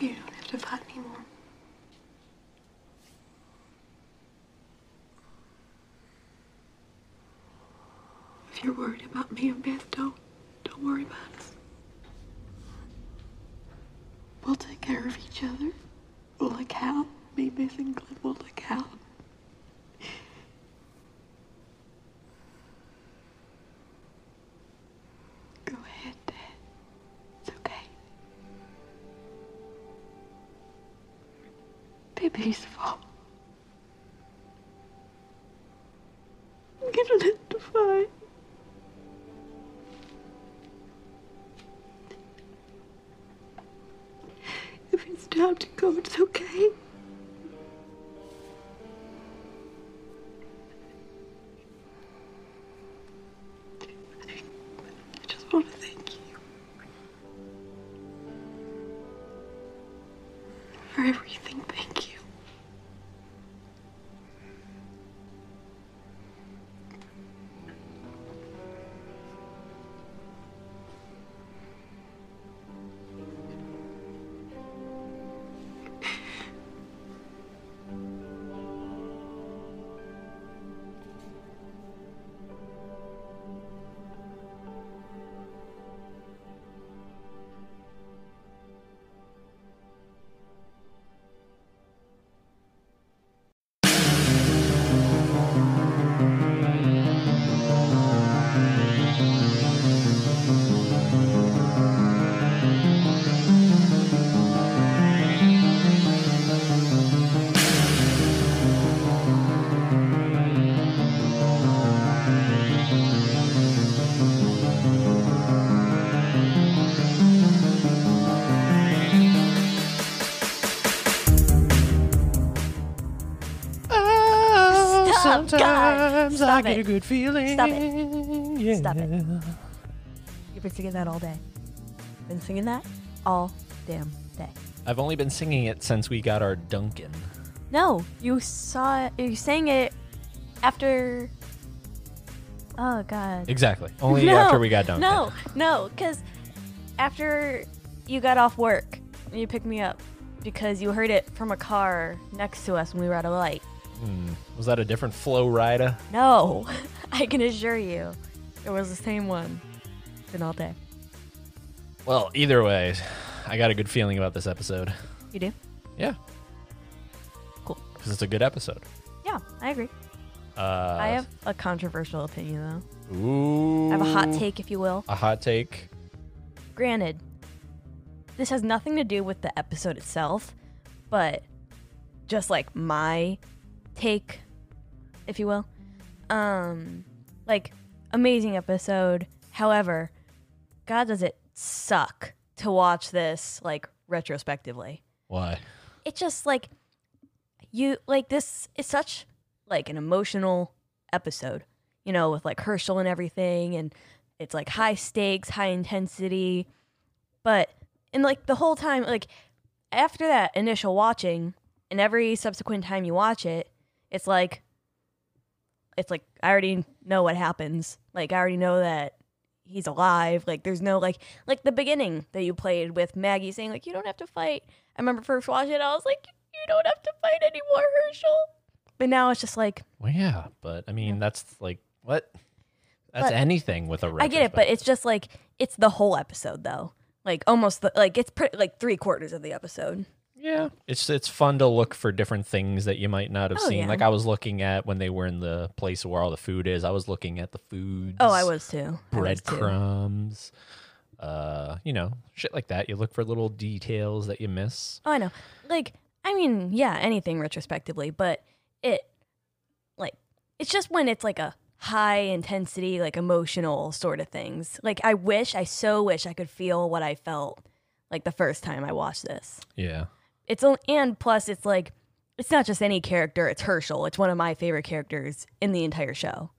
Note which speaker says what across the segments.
Speaker 1: could have had me more. If you're worried about me and Beth, don't don't worry about us. We'll take care of each other. We'll look out. Me, Beth, and Glenn will look out. Go ahead, Dad. It's okay. Be peaceful. You don't have to fight. If it's time to go, it's okay. I just want to thank you for everything. Thank you.
Speaker 2: Oh,
Speaker 3: Stop, God.
Speaker 2: sometimes I
Speaker 3: Stop
Speaker 2: get
Speaker 3: it.
Speaker 2: a good feeling.
Speaker 3: Stop
Speaker 2: Yeah.
Speaker 3: Stop it. You've been singing that all day. Been singing that all damn day.
Speaker 4: I've only been singing it since we got our Duncan.
Speaker 3: No, you saw it, you sang it after. Oh God.
Speaker 4: Exactly. Only
Speaker 3: no,
Speaker 4: after we got Duncan.
Speaker 3: No, no, because after you got off work, you picked me up because you heard it from a car next to us when we were at a light.
Speaker 4: Hmm. Was that a different Flow Rida?
Speaker 3: No, I can assure you, it was the same one. It's Been all day.
Speaker 4: Well, either way, I got a good feeling about this episode.
Speaker 3: You do?
Speaker 4: Yeah.
Speaker 3: Cool.
Speaker 4: Because it's a good episode.
Speaker 3: Yeah, I agree.
Speaker 4: Uh,
Speaker 3: I have a controversial opinion though.
Speaker 4: Ooh.
Speaker 3: I have a hot
Speaker 4: Mm.
Speaker 3: take, if you will.
Speaker 4: A hot take.
Speaker 3: Granted, this has nothing to do with the episode itself, but just like my take, if you will. Um, like amazing episode. However, God does it suck to watch this like retrospectively.
Speaker 4: Why?
Speaker 3: It's just like you like this is such like an emotional episode, you know, with like Herschel and everything and it's like high stakes, high intensity. But and like the whole time like after that initial watching and every subsequent time you watch it, it's like it's like I already know what happens. Like I already know that he's alive. Like there's no like like the beginning that you played with Maggie saying like you don't have to fight. I remember first watching it, I was like, you don't have to fight anymore, Herschel. But now it's just like
Speaker 4: Well, yeah, but I mean, that's like what? That's
Speaker 3: But-
Speaker 4: anything with a.
Speaker 3: I get it, but it's just like it's the whole episode though. Like almost the, like it's pretty like three quarters of the episode.
Speaker 4: yeah, it's it's fun to look for different things that you might not have
Speaker 3: Oh,
Speaker 4: seen.
Speaker 3: yeah.
Speaker 4: Like I was looking at when they were in the place where all the food is. I was looking at the foods.
Speaker 3: Oh, I was too. I was too.
Speaker 4: breadcrumbs, uh, you know, shit like that. You look for little details that you miss.
Speaker 3: Oh, I know. Like, I mean, yeah, anything retrospectively, but it, like, it's just when it's like a high intensity, like emotional sort of things. Like, I wish, I so wish I could feel what I felt like the first time I watched this.
Speaker 4: Yeah.
Speaker 3: It's only, and plus, it's like, it's not just any character, it's Herschel. It's one of my favorite characters in the entire show.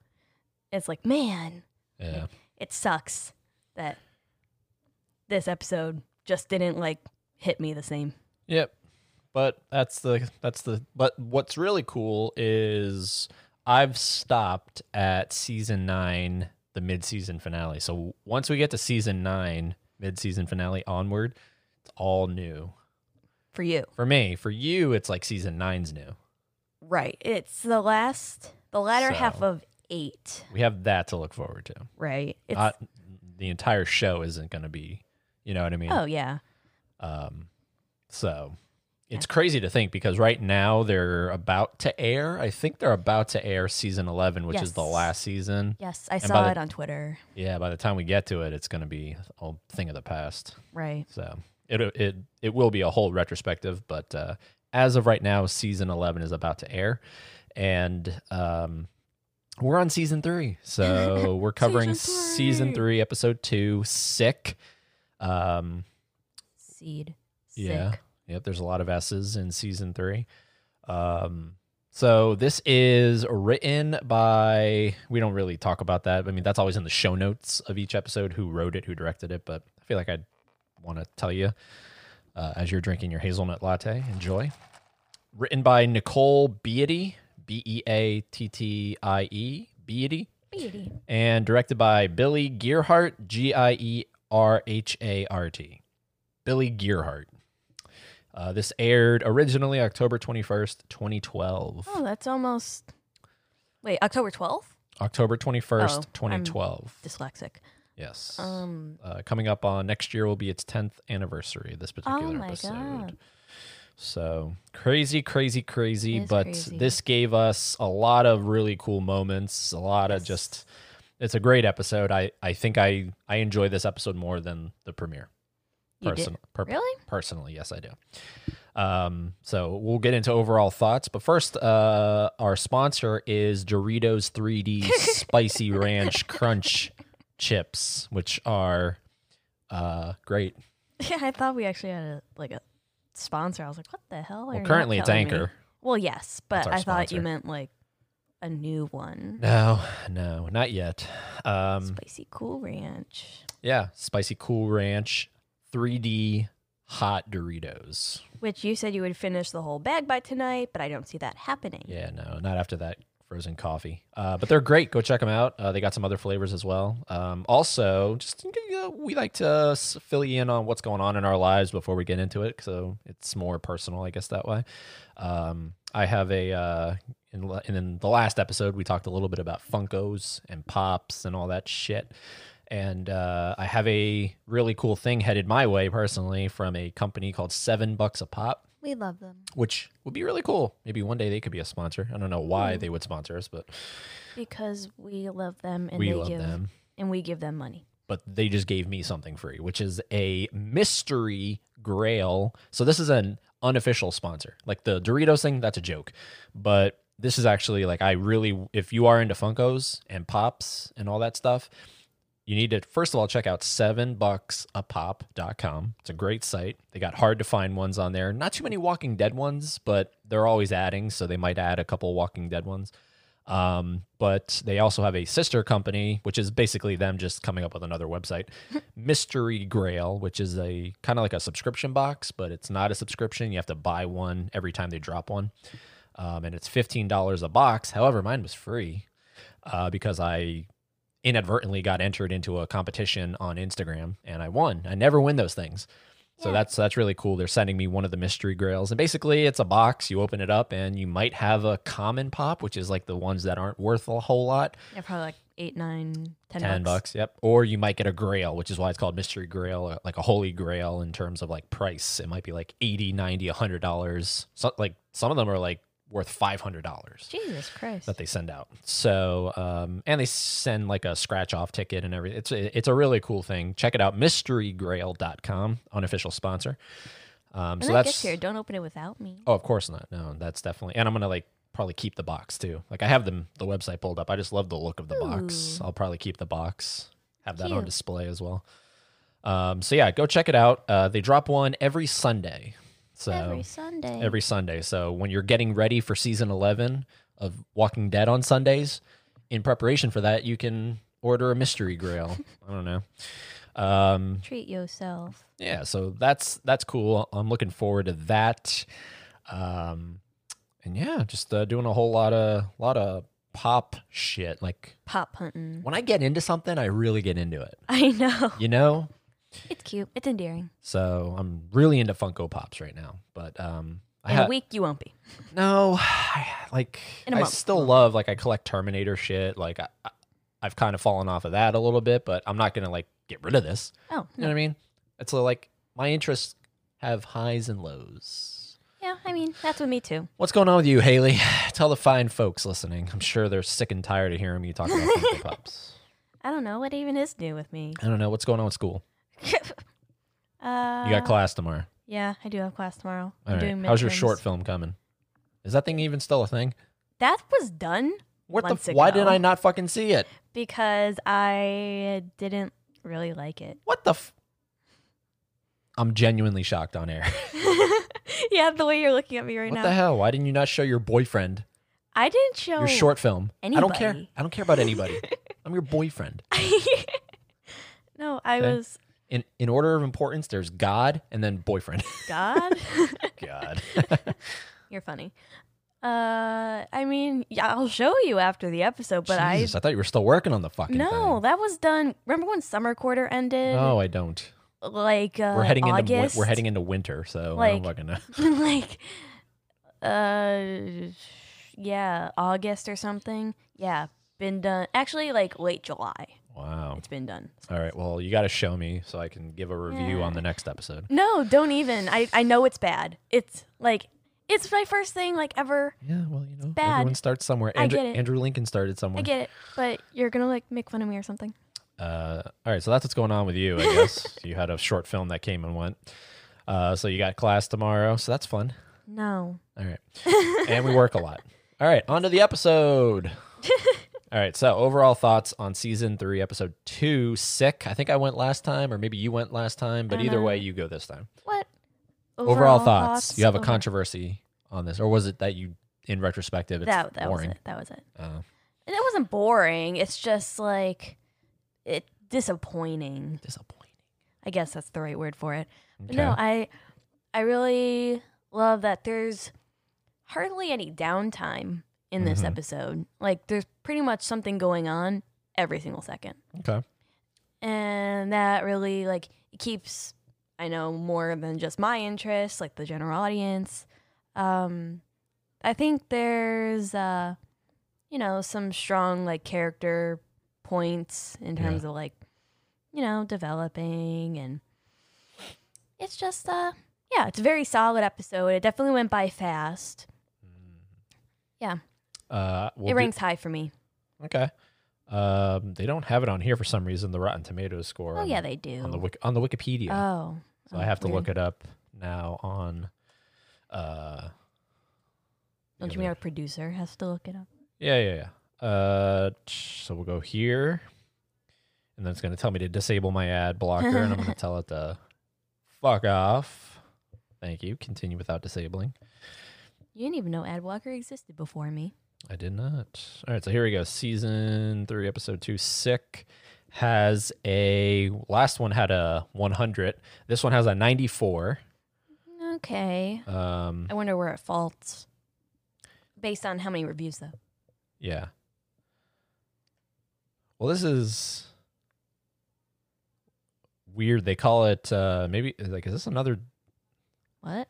Speaker 3: It's like, man,
Speaker 4: Yeah.
Speaker 3: it sucks that this episode just didn't like hit me the same.
Speaker 4: Yep. But that's the that's the but what's really cool is I've stopped at season 9, the mid-season finale. So once we get to season 9, mid-season finale onward, it's all new.
Speaker 3: for you.
Speaker 4: For me, for you, it's like season nine's new.
Speaker 3: Right. It's the last, the latter half
Speaker 4: So-
Speaker 3: of eight.
Speaker 4: We have that to look forward to.
Speaker 3: Right. It's
Speaker 4: Not the entire show isn't going to be, you know what I mean?
Speaker 3: oh yeah,
Speaker 4: Um, so it's crazy to think because right now they're about to air. I think they're about to air season 11, which is the
Speaker 3: Yes.
Speaker 4: last season.
Speaker 3: yes. I
Speaker 4: by
Speaker 3: saw
Speaker 4: the-
Speaker 3: it on Twitter.
Speaker 4: Yeah, by the time we get to it, it's going to be a thing of the past.
Speaker 3: Right.
Speaker 4: So it it it will be a whole retrospective, but uh, as of right now, season eleven is about to air, and um, we're on season three, so we're covering
Speaker 3: Season
Speaker 4: season
Speaker 3: three.
Speaker 4: three. episode two, sick. Um,
Speaker 3: Seed. Sick.
Speaker 4: yeah, yep. There's a lot of S's in season three. Um, so this is written by. We don't really talk about that. I mean, that's always in the show notes of each episode. Who wrote it? Who directed it? But I feel like I'd want to tell you uh, as you're drinking your hazelnut latte. Enjoy. Written by Nicole Beatty, B E A T T I E, Beatty,
Speaker 3: Beauty.
Speaker 4: and directed by Billy Gearhart, G I E R H A R T. Billy Gearhart. Uh, this aired originally October 21st, 2012.
Speaker 3: Oh, that's almost. Wait, October twelfth.
Speaker 4: October 21st,
Speaker 3: Oh, I'm-
Speaker 4: 2012.
Speaker 3: Dyslexic.
Speaker 4: yes.
Speaker 3: Um.
Speaker 4: uh, coming up on next year will be its 10th anniversary, this particular
Speaker 3: oh my
Speaker 4: episode.
Speaker 3: God.
Speaker 4: So crazy, crazy, crazy.
Speaker 3: It is
Speaker 4: But
Speaker 3: crazy.
Speaker 4: this gave us a lot of really cool moments, a lot of
Speaker 3: Yes.
Speaker 4: just. It's a great episode. I, I think I, I enjoy this episode more than the premiere.
Speaker 3: You did-
Speaker 4: per-
Speaker 3: Really?
Speaker 4: Personally, yes, I do. Um, so we'll get into overall thoughts, but first, uh, our sponsor is Doritos 3D Spicy Ranch Crunch Chips, which are uh, great.
Speaker 3: Yeah, I thought we actually had a like a sponsor. I was like, what the hell? are you
Speaker 4: Well,
Speaker 3: not
Speaker 4: currently it's
Speaker 3: telling me?
Speaker 4: Anchor.
Speaker 3: Well, yes, but
Speaker 4: That's our
Speaker 3: I thought you
Speaker 4: sponsor.
Speaker 3: meant like a new one.
Speaker 4: No, no, not yet. Um,
Speaker 3: Spicy Cool Ranch.
Speaker 4: yeah, Spicy Cool Ranch 3D Hot Doritos.
Speaker 3: Which you said you would finish the whole bag by tonight, but I don't see that happening.
Speaker 4: Yeah, no, not after that frozen coffee. Uh, but they're great. Go check them out. Uh, they got some other flavors as well. Um, also, just you know, we like to s- fill you in on what's going on in our lives before we get into it, so it's more personal, I guess that way. Um, I have a uh, in, la- and in the last episode we talked a little bit about Funkos and pops and all that shit. And uh, I have a really cool thing headed my way personally from a company called Seven Bucks a Pop
Speaker 3: We love them
Speaker 4: which would be really cool. Maybe one day they could be a sponsor. I don't know why they would sponsor us, but
Speaker 3: because we love them and
Speaker 4: we
Speaker 3: they
Speaker 4: love
Speaker 3: give
Speaker 4: them.
Speaker 3: and we give them money.
Speaker 4: But they just gave me something free, which is a mystery grail. So this is an unofficial sponsor. Like the Doritos thing, that's a joke. But this is actually like I really if you are into Funkos and Pops and all that stuff, you need to first of all check out seven bucks a pop.com it's a great site they got hard to find ones on there not too many walking dead ones but they're always adding so they might add a couple walking dead ones um, but they also have a sister company which is basically them just coming up with another website mystery grail which is a kind of like a subscription box but it's not a subscription you have to buy one every time they drop one um, and it's $15 a box however mine was free uh, because i inadvertently got entered into a competition on Instagram and I won. I never win those things. So that's that's really cool. They're sending me one of the mystery grails. And basically it's a box. You open it up and you might have a common pop, which is like the ones that aren't worth a whole lot.
Speaker 3: Yeah, probably like eight, nine, ten,
Speaker 4: 10 bucks. Yep. Or you might get a grail, which is why it's called mystery grail, or like a holy grail in terms of like price. It might be like 80, 90, 100 dollars. So, like some of them are like worth $500
Speaker 3: Jesus Christ.
Speaker 4: that they send out. So, um, and they send like a scratch off ticket and everything. It's it's a really cool thing. Check it out, mysterygrail.com, unofficial sponsor. Um,
Speaker 3: When
Speaker 4: so
Speaker 3: that
Speaker 4: that's
Speaker 3: gets here, don't open it without me.
Speaker 4: oh, of course not. No, that's definitely. And I'm gonna like probably keep the box too. Like I have them the website pulled up. I just love the look of the box.
Speaker 3: Ooh.
Speaker 4: I'll probably keep the box, have that on
Speaker 3: Hmm. Cute.
Speaker 4: display as well. Um, so yeah, go check it out. Uh, they drop one every Sunday. So
Speaker 3: Every Sunday.
Speaker 4: Oh, every Sunday. So when you're getting ready for season 11 of Walking Dead on Sundays, in preparation for that, you can order a mystery grail. I don't know. Um,
Speaker 3: treat yourself.
Speaker 4: yeah, so that's that's cool. I'm looking forward to that. Um, and yeah, just uh, doing a whole lot of lot of pop shit. Like
Speaker 3: Pop hunting.
Speaker 4: when I get into something, I really get into it.
Speaker 3: I know.
Speaker 4: You know,
Speaker 3: It's cute. It's endearing.
Speaker 4: So I'm really into Funko Pops right now. But um, I
Speaker 3: In
Speaker 4: ha-
Speaker 3: a week, you won't be.
Speaker 4: no, I, like
Speaker 3: In a
Speaker 4: I
Speaker 3: month.
Speaker 4: still love like I collect Terminator shit. Like I, I, I've kind of fallen off of that a little bit, but I'm not gonna like get rid of this.
Speaker 3: Oh,
Speaker 4: You know
Speaker 3: no.
Speaker 4: what I mean? It's like my interests have highs and lows.
Speaker 3: yeah. I mean, that's with me too.
Speaker 4: What's going on with you, Haley? Tell the fine folks listening. I'm sure they're sick and tired of hearing me talk about Funko Pops.
Speaker 3: I don't know what even is new with me.
Speaker 4: I don't know what's going on with school.
Speaker 3: uh,
Speaker 4: You got class tomorrow.
Speaker 3: Yeah, I do have class tomorrow.
Speaker 4: All
Speaker 3: I'm
Speaker 4: right.
Speaker 3: doing
Speaker 4: How's your
Speaker 3: midterms.
Speaker 4: short film coming? Is that thing even still a thing?
Speaker 3: That was done
Speaker 4: What the?
Speaker 3: Months
Speaker 4: F- why
Speaker 3: ago.
Speaker 4: did I not fucking see it?
Speaker 3: because I didn't really like it.
Speaker 4: What the? F- I'm genuinely shocked on air.
Speaker 3: yeah, the way you're looking at me right
Speaker 4: what
Speaker 3: now.
Speaker 4: the hell? Why didn't you not show your boyfriend
Speaker 3: I didn't show
Speaker 4: your short film? I don't care.
Speaker 3: anybody.
Speaker 4: I don't care about anybody. I'm your boyfriend.
Speaker 3: no, I
Speaker 4: Okay.
Speaker 3: was
Speaker 4: In in order of importance, there's God and then boyfriend.
Speaker 3: God.
Speaker 4: God.
Speaker 3: you're funny. Uh, I mean, yeah, I'll show you after the episode, but
Speaker 4: Jesus, I thought you were still working on the
Speaker 3: I
Speaker 4: fucking
Speaker 3: no,
Speaker 4: thing.
Speaker 3: that was done. Remember when summer quarter ended?
Speaker 4: No, Oh, I don't.
Speaker 3: like uh,
Speaker 4: we're heading
Speaker 3: August.
Speaker 4: into win- we're heading into winter, so I don't
Speaker 3: Like-
Speaker 4: fucking know.
Speaker 3: like uh yeah august or something yeah been done actually like late july
Speaker 4: Wow.
Speaker 3: it's been done
Speaker 4: All right. Well, you got to show me so I can give a review on the next episode.
Speaker 3: no don't even i i know it's bad it's like it's my first thing like ever
Speaker 4: Yeah. Well, you know,
Speaker 3: bad.
Speaker 4: everyone starts somewhere.
Speaker 3: I
Speaker 4: Andrew,
Speaker 3: get it.
Speaker 4: Andrew Lincoln started somewhere.
Speaker 3: i get it but you're gonna like make fun of me or something
Speaker 4: Uh, all right, so that's what's going on with you, I guess. you had a short film that came and went. Uh, so you got class tomorrow, so that's fun.
Speaker 3: no
Speaker 4: All right. and we work a lot. All right, on to the episode. All right, so overall thoughts on season three, episode two, Sick. I think I went last time, or maybe you went last time, but
Speaker 3: don't
Speaker 4: either
Speaker 3: know.
Speaker 4: way, you go this time.
Speaker 3: what
Speaker 4: Overall, thoughts. You have a
Speaker 3: over-
Speaker 4: controversy on this, or was it that you, in retrospective, it's
Speaker 3: that, that was
Speaker 4: boring?
Speaker 3: it that was it
Speaker 4: Uh,
Speaker 3: and it wasn't boring it's just like it disappointing
Speaker 4: disappointing.
Speaker 3: I guess that's the right word for it. But no, I I really love that there's hardly any downtime in this
Speaker 4: Mhm.
Speaker 3: episode. Like there's pretty much something going on every single second.
Speaker 4: Okay.
Speaker 3: And that really like it keeps I know more than just my interest, like the general audience. Um I think there's uh you know, some strong like character points in
Speaker 4: Yeah.
Speaker 3: terms of like you know, developing and it's just uh yeah, it's a very solid episode. It definitely went by fast. Yeah.
Speaker 4: Uh, we'll
Speaker 3: it
Speaker 4: do-
Speaker 3: ranks high for me.
Speaker 4: Okay. Um, they don't have it on here for some reason. The Rotten Tomatoes score.
Speaker 3: Oh
Speaker 4: on,
Speaker 3: yeah, they do.
Speaker 4: on the wiki, on the Wikipedia.
Speaker 3: Oh.
Speaker 4: so I have to look it up now on. Uh, the
Speaker 3: Don't you mean
Speaker 4: other-
Speaker 3: our producer has to look it up?
Speaker 4: Yeah, yeah, yeah. Uh, t- so we'll go here, and then it's gonna tell me to disable my ad blocker, and I'm gonna tell it to fuck off. Thank you. Continue without disabling.
Speaker 3: You didn't even know ad blocker existed before me.
Speaker 4: I did not. All right, so here we go. Season three, episode two. Sick has a last one had a 100. This one has a 94.
Speaker 3: Okay.
Speaker 4: Um,
Speaker 3: I wonder where it faults. Based on how many reviews though.
Speaker 4: yeah. Well, this is weird. They call it uh, maybe like is this another?
Speaker 3: What?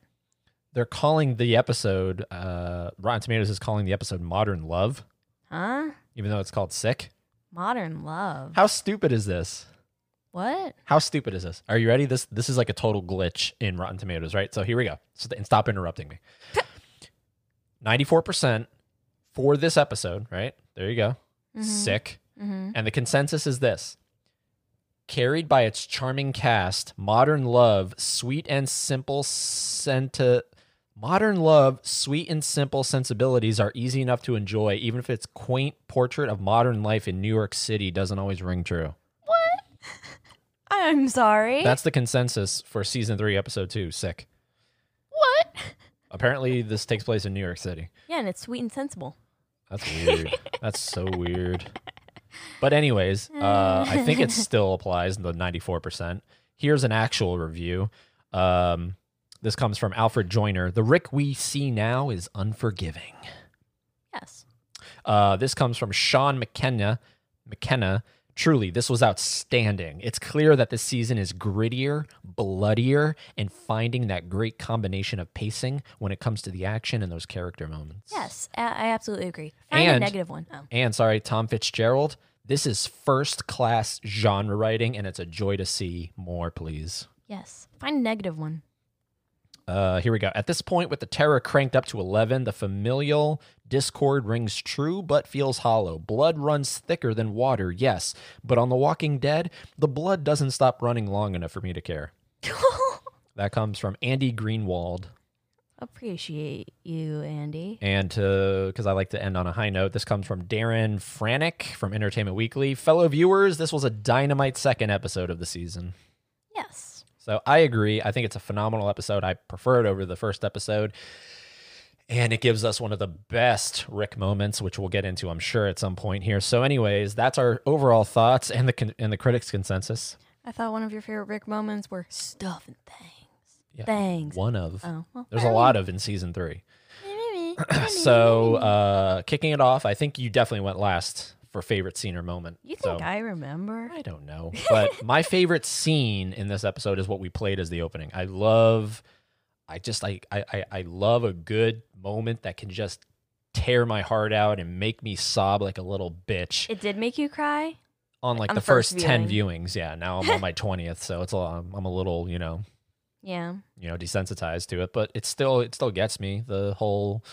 Speaker 4: They're calling the episode. Uh, Rotten Tomatoes is calling the episode "Modern Love,"
Speaker 3: Huh?
Speaker 4: even though it's called "Sick."
Speaker 3: Modern love.
Speaker 4: How stupid is this?
Speaker 3: what?
Speaker 4: How stupid is this? Are you ready? This this is like a total glitch in Rotten Tomatoes, right? So here we go. So, and stop interrupting me. Ninety four percent for this episode, right? There you go. Sick.
Speaker 3: Mm-hmm.
Speaker 4: And the consensus is this: carried by its charming cast, modern love, sweet and simple senti- Modern love, sweet and simple sensibilities are easy enough to enjoy, even if its quaint portrait of modern life in New York City doesn't always ring true.
Speaker 3: I'm sorry.
Speaker 4: That's the consensus for season three, episode two. Sick.
Speaker 3: what?
Speaker 4: Apparently, this takes place in New York City.
Speaker 3: Yeah, and it's sweet and sensible.
Speaker 4: That's weird. That's so weird. But, anyways, uh, I think it still applies the 94%. Here's an actual review. Um, this comes from Alfred Joyner. The Rick we see now is unforgiving.
Speaker 3: Yes.
Speaker 4: Uh, this comes from Sean McKenna. McKenna. Truly, this was outstanding. It's clear that this season is grittier, bloodier, and finding that great combination of pacing when it comes to the action and those character moments.
Speaker 3: Yes, I, I absolutely agree. Find a
Speaker 4: And-
Speaker 3: negative one. Oh.
Speaker 4: And sorry, Tom Fitzgerald, this is first class genre writing, and it's a joy to see more, please.
Speaker 3: Yes. Find a negative one.
Speaker 4: Uh, here we go. At this point, with the terror cranked up to 11, the familial discord rings true but feels hollow. Blood runs thicker than water, yes, but on The Walking Dead, the blood doesn't stop running long enough for me to care. That comes from Andy Greenwald.
Speaker 3: Appreciate you, Andy.
Speaker 4: And to because I like to end on a high note, this comes from Darren Franick from Entertainment Weekly. Fellow viewers, this was a dynamite second episode of the season.
Speaker 3: Yes.
Speaker 4: So I agree. I think it's a phenomenal episode. I prefer it over the first episode. And it gives us one of the best Rick moments, which we'll get into, I'm sure, at some point here. So, anyways, that's our overall thoughts and the con- and the critics' consensus.
Speaker 3: I thought one of your favorite Rick moments were stuff and things.
Speaker 4: Yeah,
Speaker 3: Things.
Speaker 4: One of
Speaker 3: Oh, well.
Speaker 4: there's a lot of in season three. so, uh, kicking it off, I think you definitely went last for favorite scene or moment.
Speaker 3: You
Speaker 4: So-
Speaker 3: think I remember?
Speaker 4: I don't know. But my favorite scene in this episode is what we played as the opening. I love I just I I I- I love a good moment that can just tear my heart out and make me sob like a little bitch
Speaker 3: It did make you cry?
Speaker 4: on like
Speaker 3: on
Speaker 4: the
Speaker 3: the first
Speaker 4: first 10 viewings. Yeah, now I'm on my 20th, so it's a, I'm I'm a little, you know,
Speaker 3: Yeah.
Speaker 4: you know, desensitized to it, but it still it still gets me the whole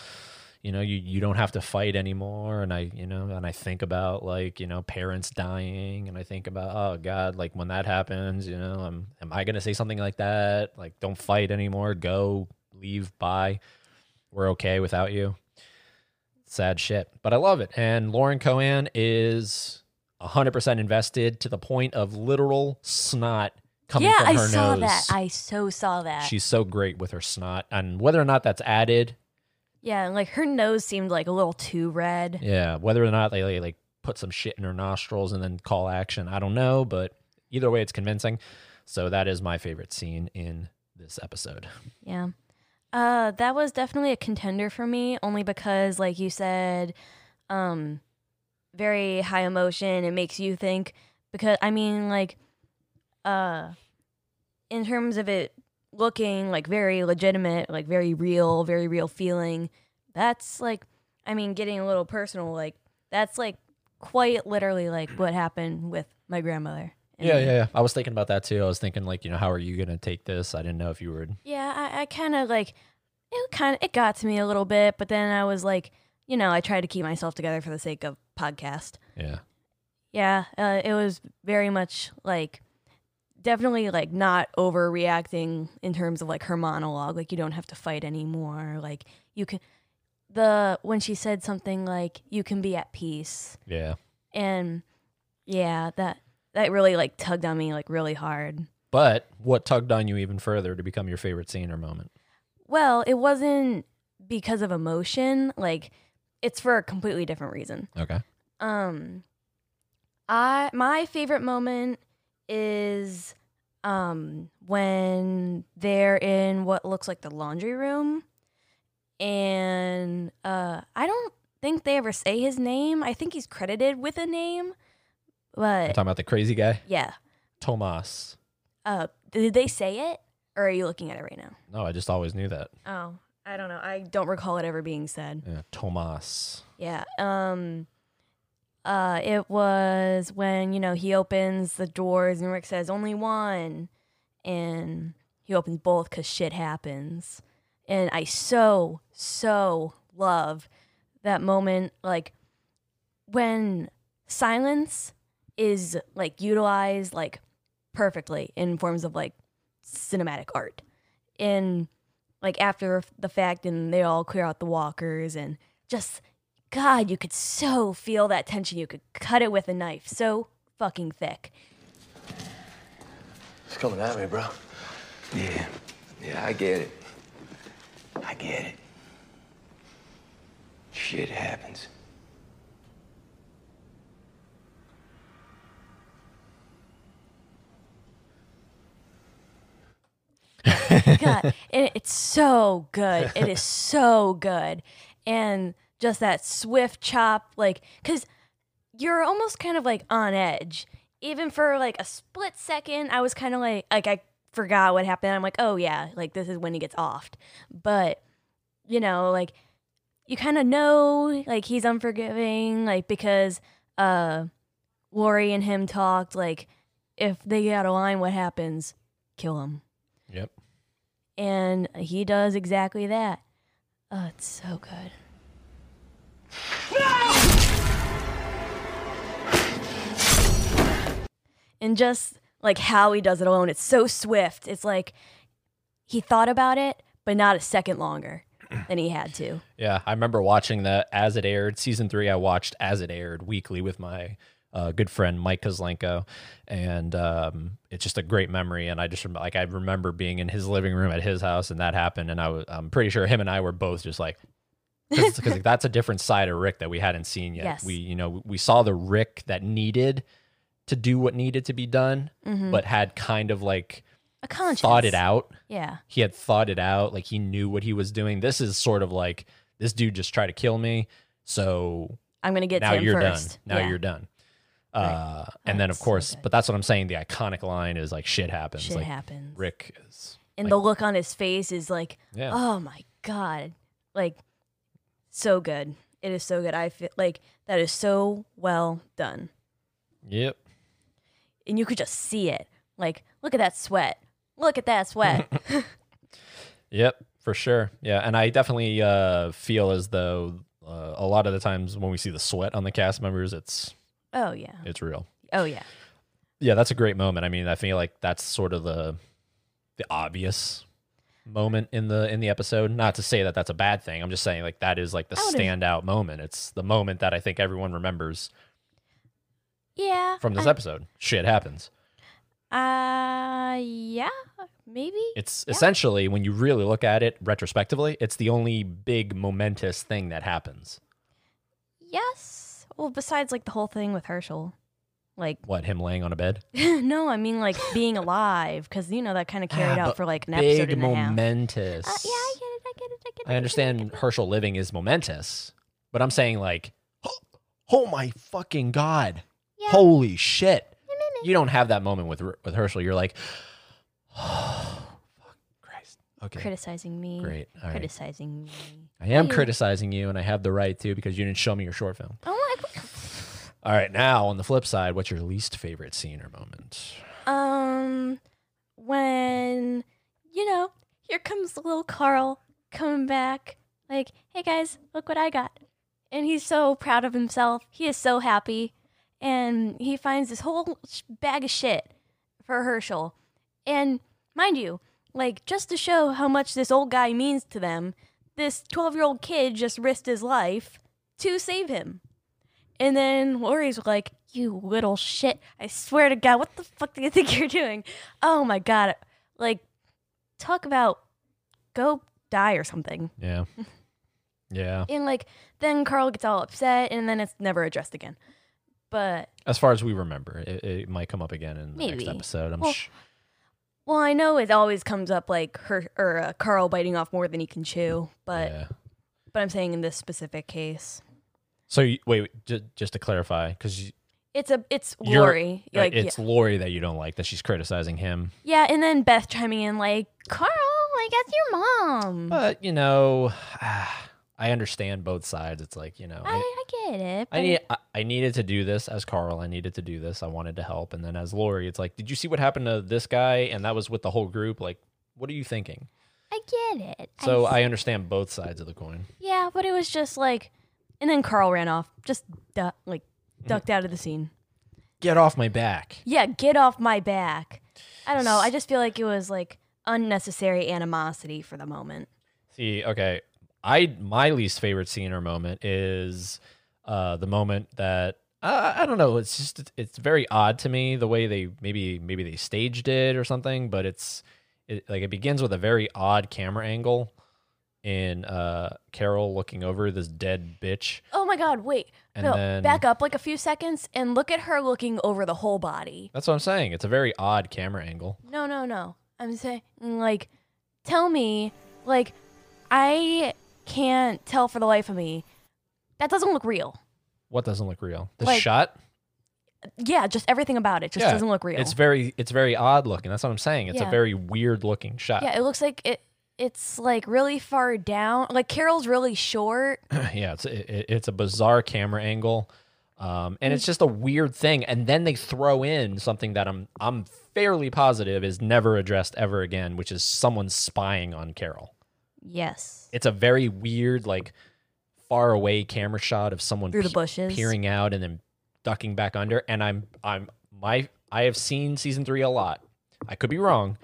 Speaker 4: you know, you, you don't have to fight anymore. And I, you know, and I think about like, you know, parents dying and I think about, oh God, like when that happens, you know, am, am I going to say something like that? Like, don't fight anymore. Go, leave, bye. We're okay without you. Sad shit. But I love it. And Lauren Cohen is 100% invested to the point of literal snot coming
Speaker 3: yeah,
Speaker 4: from
Speaker 3: I
Speaker 4: her
Speaker 3: saw
Speaker 4: nose.
Speaker 3: that. I so saw that.
Speaker 4: She's so great with her snot. And whether or not that's added,
Speaker 3: yeah, and like her nose seemed like a little too red.
Speaker 4: yeah, whether or not they, they, like put some shit in her nostrils and then call action, I don't know. But either way, it's convincing. So that is my favorite scene in this episode.
Speaker 3: Yeah. Uh that was definitely a contender for me only because like you said um very high emotion it makes you think because I mean like uh in terms of it looking like very legitimate, like very real, very real feeling, that's like I mean getting a little personal like that's like quite literally like what happened with my grandmother. and
Speaker 4: Yeah,
Speaker 3: me.
Speaker 4: yeah, yeah. I was thinking about that too. I was thinking like, you know, how are you gonna take this? I didn't know if you were.
Speaker 3: Yeah, I, I kind of like it. Kind of it got to me a little bit, but then I was like, you know, I tried to keep myself together for the sake of podcast.
Speaker 4: Yeah,
Speaker 3: Yeah, uh, it was very much like definitely like not overreacting in terms of like her monologue. Like you don't have to fight anymore. Like you can the when she said something like you can be at peace
Speaker 4: yeah.
Speaker 3: and yeah that that really like tugged on me like really hard
Speaker 4: But what tugged on you even further to become your favorite scene or moment?
Speaker 3: Well, it wasn't because of emotion. Like it's for a completely different reason.
Speaker 4: Okay.
Speaker 3: Um I my favorite moment is um when they're in what looks like the laundry room and uh I don't think they ever say his name. I think he's credited with a name,
Speaker 4: I'm
Speaker 3: but
Speaker 4: talking about the crazy guy,
Speaker 3: yeah.
Speaker 4: Tomas.
Speaker 3: Uh did they say it or are you looking at it right now?
Speaker 4: No, I just always knew that.
Speaker 3: Oh, I don't know. I don't recall it ever being said.
Speaker 4: Yeah, Tomas.
Speaker 3: Yeah. Um uh it was when, you know, he opens the doors and Rick says only one and he opens both cuz shit happens. And I so so love that moment like when silence is like utilized like perfectly in forms of like cinematic art. And like after the fact and they all clear out the walkers and just God, you could so feel that tension. You could cut it with a knife so fucking thick.
Speaker 5: It's coming at me, bro. Yeah. Yeah, I get it. I get it. Shit happens.
Speaker 3: God, and it's so good. It is so good. And just that swift chop, like, because you're almost kind of like on edge. Even for like a split second, I was kind of like like I forgot what happened. I'm like, "Oh yeah, like this is when he gets offed." But you know, like you kind of know like he's unforgiving like because uh Lori and him talked like if they get out of line what happens? Kill him.
Speaker 4: Yep.
Speaker 3: And he does exactly that. Oh, it's so good. And just like how he does it alone, it's so swift. It's like he thought about it, but not a second longer than he had to.
Speaker 4: Yeah, I remember watching that as it aired. Season three, I watched as it aired weekly with my uh, good friend Mike Kozlenko, and um, it's just a great memory. And I just remember, like, I remember being in his living room at his house, and that happened. And I was, I'm pretty sure him and I were both just like, because like, that's a different side of Rick that we hadn't seen yet.
Speaker 3: Yes.
Speaker 4: We, you know, we saw the Rick that needed to do what needed to be done, but had kind of like
Speaker 3: A Mm-hmm. conscience.
Speaker 4: thought it out
Speaker 3: Yeah.
Speaker 4: he had thought it out like he knew what he was doing this is sort of like this dude just tried to kill me so
Speaker 3: I'm going to get
Speaker 4: now
Speaker 3: to him
Speaker 4: you're
Speaker 3: first.
Speaker 4: done now
Speaker 3: Yeah.
Speaker 4: you're done uh, and then of
Speaker 3: That's so
Speaker 4: course
Speaker 3: good.
Speaker 4: but that's what i'm saying the iconic line is like shit happens
Speaker 3: Shit
Speaker 4: like
Speaker 3: happens.
Speaker 4: rick is
Speaker 3: and
Speaker 4: like-
Speaker 3: the look on his face is like,
Speaker 4: yeah
Speaker 3: oh my god, like so good. It is so good. I feel like that is so well done,
Speaker 4: yep
Speaker 3: and you could just see it. Like, look at that sweat. Look at that sweat.
Speaker 4: Yep, for sure. Yeah, and I definitely uh, feel as though uh, a lot of the times when we see the sweat on the cast members, it's
Speaker 3: oh yeah.
Speaker 4: it's real.
Speaker 3: Oh yeah.
Speaker 4: Yeah, that's a great moment. I mean, I feel like that's sort of the the obvious moment in the in the episode. Not to say that that's a bad thing. I'm just saying like that is like the
Speaker 3: I would've-
Speaker 4: standout moment. It's the moment that I think everyone remembers
Speaker 3: Yeah.
Speaker 4: from this
Speaker 3: I,
Speaker 4: episode. Shit happens.
Speaker 3: Uh yeah, maybe.
Speaker 4: It's essentially when you really look at it retrospectively, it's the only big momentous thing that happens.
Speaker 3: yes. Well, besides like the whole thing with Herschel. Like
Speaker 4: What him laying on a bed?
Speaker 3: no, I mean like being alive cuz you know that kind of carried
Speaker 4: Ah,
Speaker 3: out
Speaker 4: but
Speaker 3: for like an episode
Speaker 4: big
Speaker 3: and a half.
Speaker 4: momentous.
Speaker 3: Uh, yeah, I get it. I get it. I get it.
Speaker 4: I understand Herschel living is momentous, but I'm saying like, oh, oh my fucking god, holy shit! You don't have that moment with with Herschel. You're like, fuck Christ. Okay,
Speaker 3: criticizing me.
Speaker 4: great. All right,
Speaker 3: criticizing me.
Speaker 4: I am
Speaker 3: you-
Speaker 4: criticizing you, and I have the right to because you didn't show me your short film.
Speaker 3: Oh
Speaker 4: All right, now on the flip side, what's your least favorite scene or moment?
Speaker 3: my um when you know, here comes little Carl coming back like, "Hey guys, look what I got." And he's so proud of himself. He is so happy and he finds this whole sh- bag of shit for Herschel. And mind you, like just to show how much this old guy means to them, this 12-year-old kid just risked his life to save him. And then Lori's like, "You little shit! I swear to God, what the fuck do you think you're doing? Oh my God! Like, talk about go die or something."
Speaker 4: Yeah, yeah.
Speaker 3: And like, then Carl gets all upset, and then it's never addressed again. But
Speaker 4: As far as we remember, it, it might come up again in the next
Speaker 3: Maybe.
Speaker 4: episode. I'm
Speaker 3: Well,
Speaker 4: sh-
Speaker 3: well, I know it always comes up like her or uh, Carl biting off more than he can chew. But
Speaker 4: yeah.
Speaker 3: but I'm saying in this specific case,
Speaker 4: So you, wait, wait just, just to clarify, because
Speaker 3: it's a it's
Speaker 4: You're-
Speaker 3: Lori. Like, yeah.
Speaker 4: it's Lori that you don't like that she's criticizing him.
Speaker 3: yeah, and then Beth chiming in like, "Carl, like that's your mom."
Speaker 4: But you know, I understand both sides. It's like you know,
Speaker 3: I,
Speaker 4: I,
Speaker 3: I get it.
Speaker 4: I
Speaker 3: but-
Speaker 4: need I, I needed to do this as Carl. I needed to do this. I wanted to help, and then as Lori, it's like, did you see what happened to this guy? And that was with the whole group. Like, what are you thinking?
Speaker 3: I get it.
Speaker 4: So
Speaker 3: s-
Speaker 4: I understand both sides of the coin.
Speaker 3: yeah, but it was just like, and then Carl ran off, just du- like
Speaker 4: Mm-hmm.
Speaker 3: ducked out of the scene.
Speaker 4: Get off my back.
Speaker 3: Yeah, get off my back. I don't know. I just feel like it was like unnecessary animosity for the moment.
Speaker 4: See, okay. I my least favorite scene or moment is uh the moment that I I don't know, it's just it's very odd to me the way they maybe maybe they staged it or something, but it's it, like it begins with a very odd camera angle in uh Carol looking over this dead bitch.
Speaker 3: Oh my God! Wait,
Speaker 4: And
Speaker 3: no,
Speaker 4: then-
Speaker 3: back up like a few seconds and look at her looking over the whole body.
Speaker 4: That's what I'm saying. It's a very odd camera angle.
Speaker 3: No, no, no. I'm saying like, tell me, like, I can't tell for the life of me. That doesn't look real.
Speaker 4: What doesn't look real? The
Speaker 3: Like,
Speaker 4: shot.
Speaker 3: Yeah, just everything about it just
Speaker 4: Yeah,
Speaker 3: doesn't look real.
Speaker 4: It's very it's very odd looking. That's what I'm saying. It's a
Speaker 3: Yeah.
Speaker 4: very weird looking shot.
Speaker 3: yeah, it looks like it. It's like really far down. Like Carol's really short.
Speaker 4: yeah, it's it, it- it's a bizarre camera angle, um, and it's just a weird thing. And then they throw in something that I'm I'm fairly positive is never addressed ever again, which is someone spying on Carol.
Speaker 3: Yes.
Speaker 4: It's a very weird, like far away camera shot of someone
Speaker 3: Through the
Speaker 4: pe-
Speaker 3: bushes.
Speaker 4: peering out and then ducking back under. And I'm I'm my I have seen season three a lot. I could be wrong,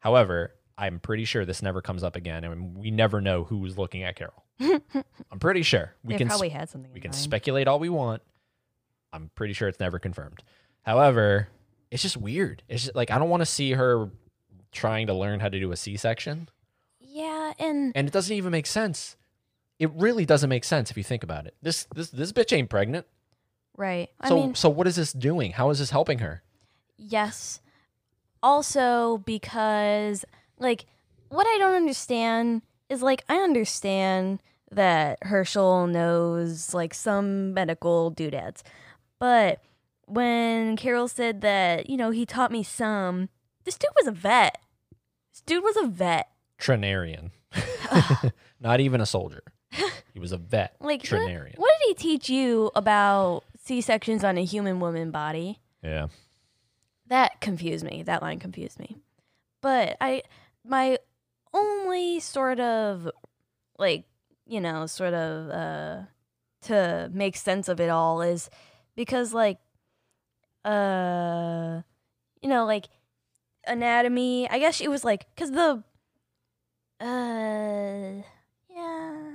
Speaker 4: however. I'm pretty sure this never comes up again, and we never know who's looking at Carol. I'm pretty sure we
Speaker 3: they
Speaker 4: can
Speaker 3: probably had something.
Speaker 4: we
Speaker 3: in
Speaker 4: can
Speaker 3: mind.
Speaker 4: speculate all we want. I'm pretty sure it's never confirmed. However, it's just weird. It's just like I don't want to see her trying to learn how to do a C-section,
Speaker 3: Yeah, and
Speaker 4: and it doesn't even make sense. It really doesn't make sense if you think about it. This this this bitch ain't pregnant.
Speaker 3: right. I
Speaker 4: So
Speaker 3: mean,
Speaker 4: so what is this doing? How is this helping her?
Speaker 3: yes. Also, because like what I don't understand is like I understand that Herschel knows like some medical doodads, but when Carol said that you know he taught me some, this dude was a vet. This dude was a vet.
Speaker 4: Trinarian. Not even a soldier. He was a vet.
Speaker 3: Like who-
Speaker 4: Trinarian.
Speaker 3: what did he teach you about C sections on a human woman body?
Speaker 4: Yeah.
Speaker 3: that confused me that line confused me but i my only sort of like you know sort of uh to make sense of it all is because like uh you know like anatomy i guess it was like because the uh yeah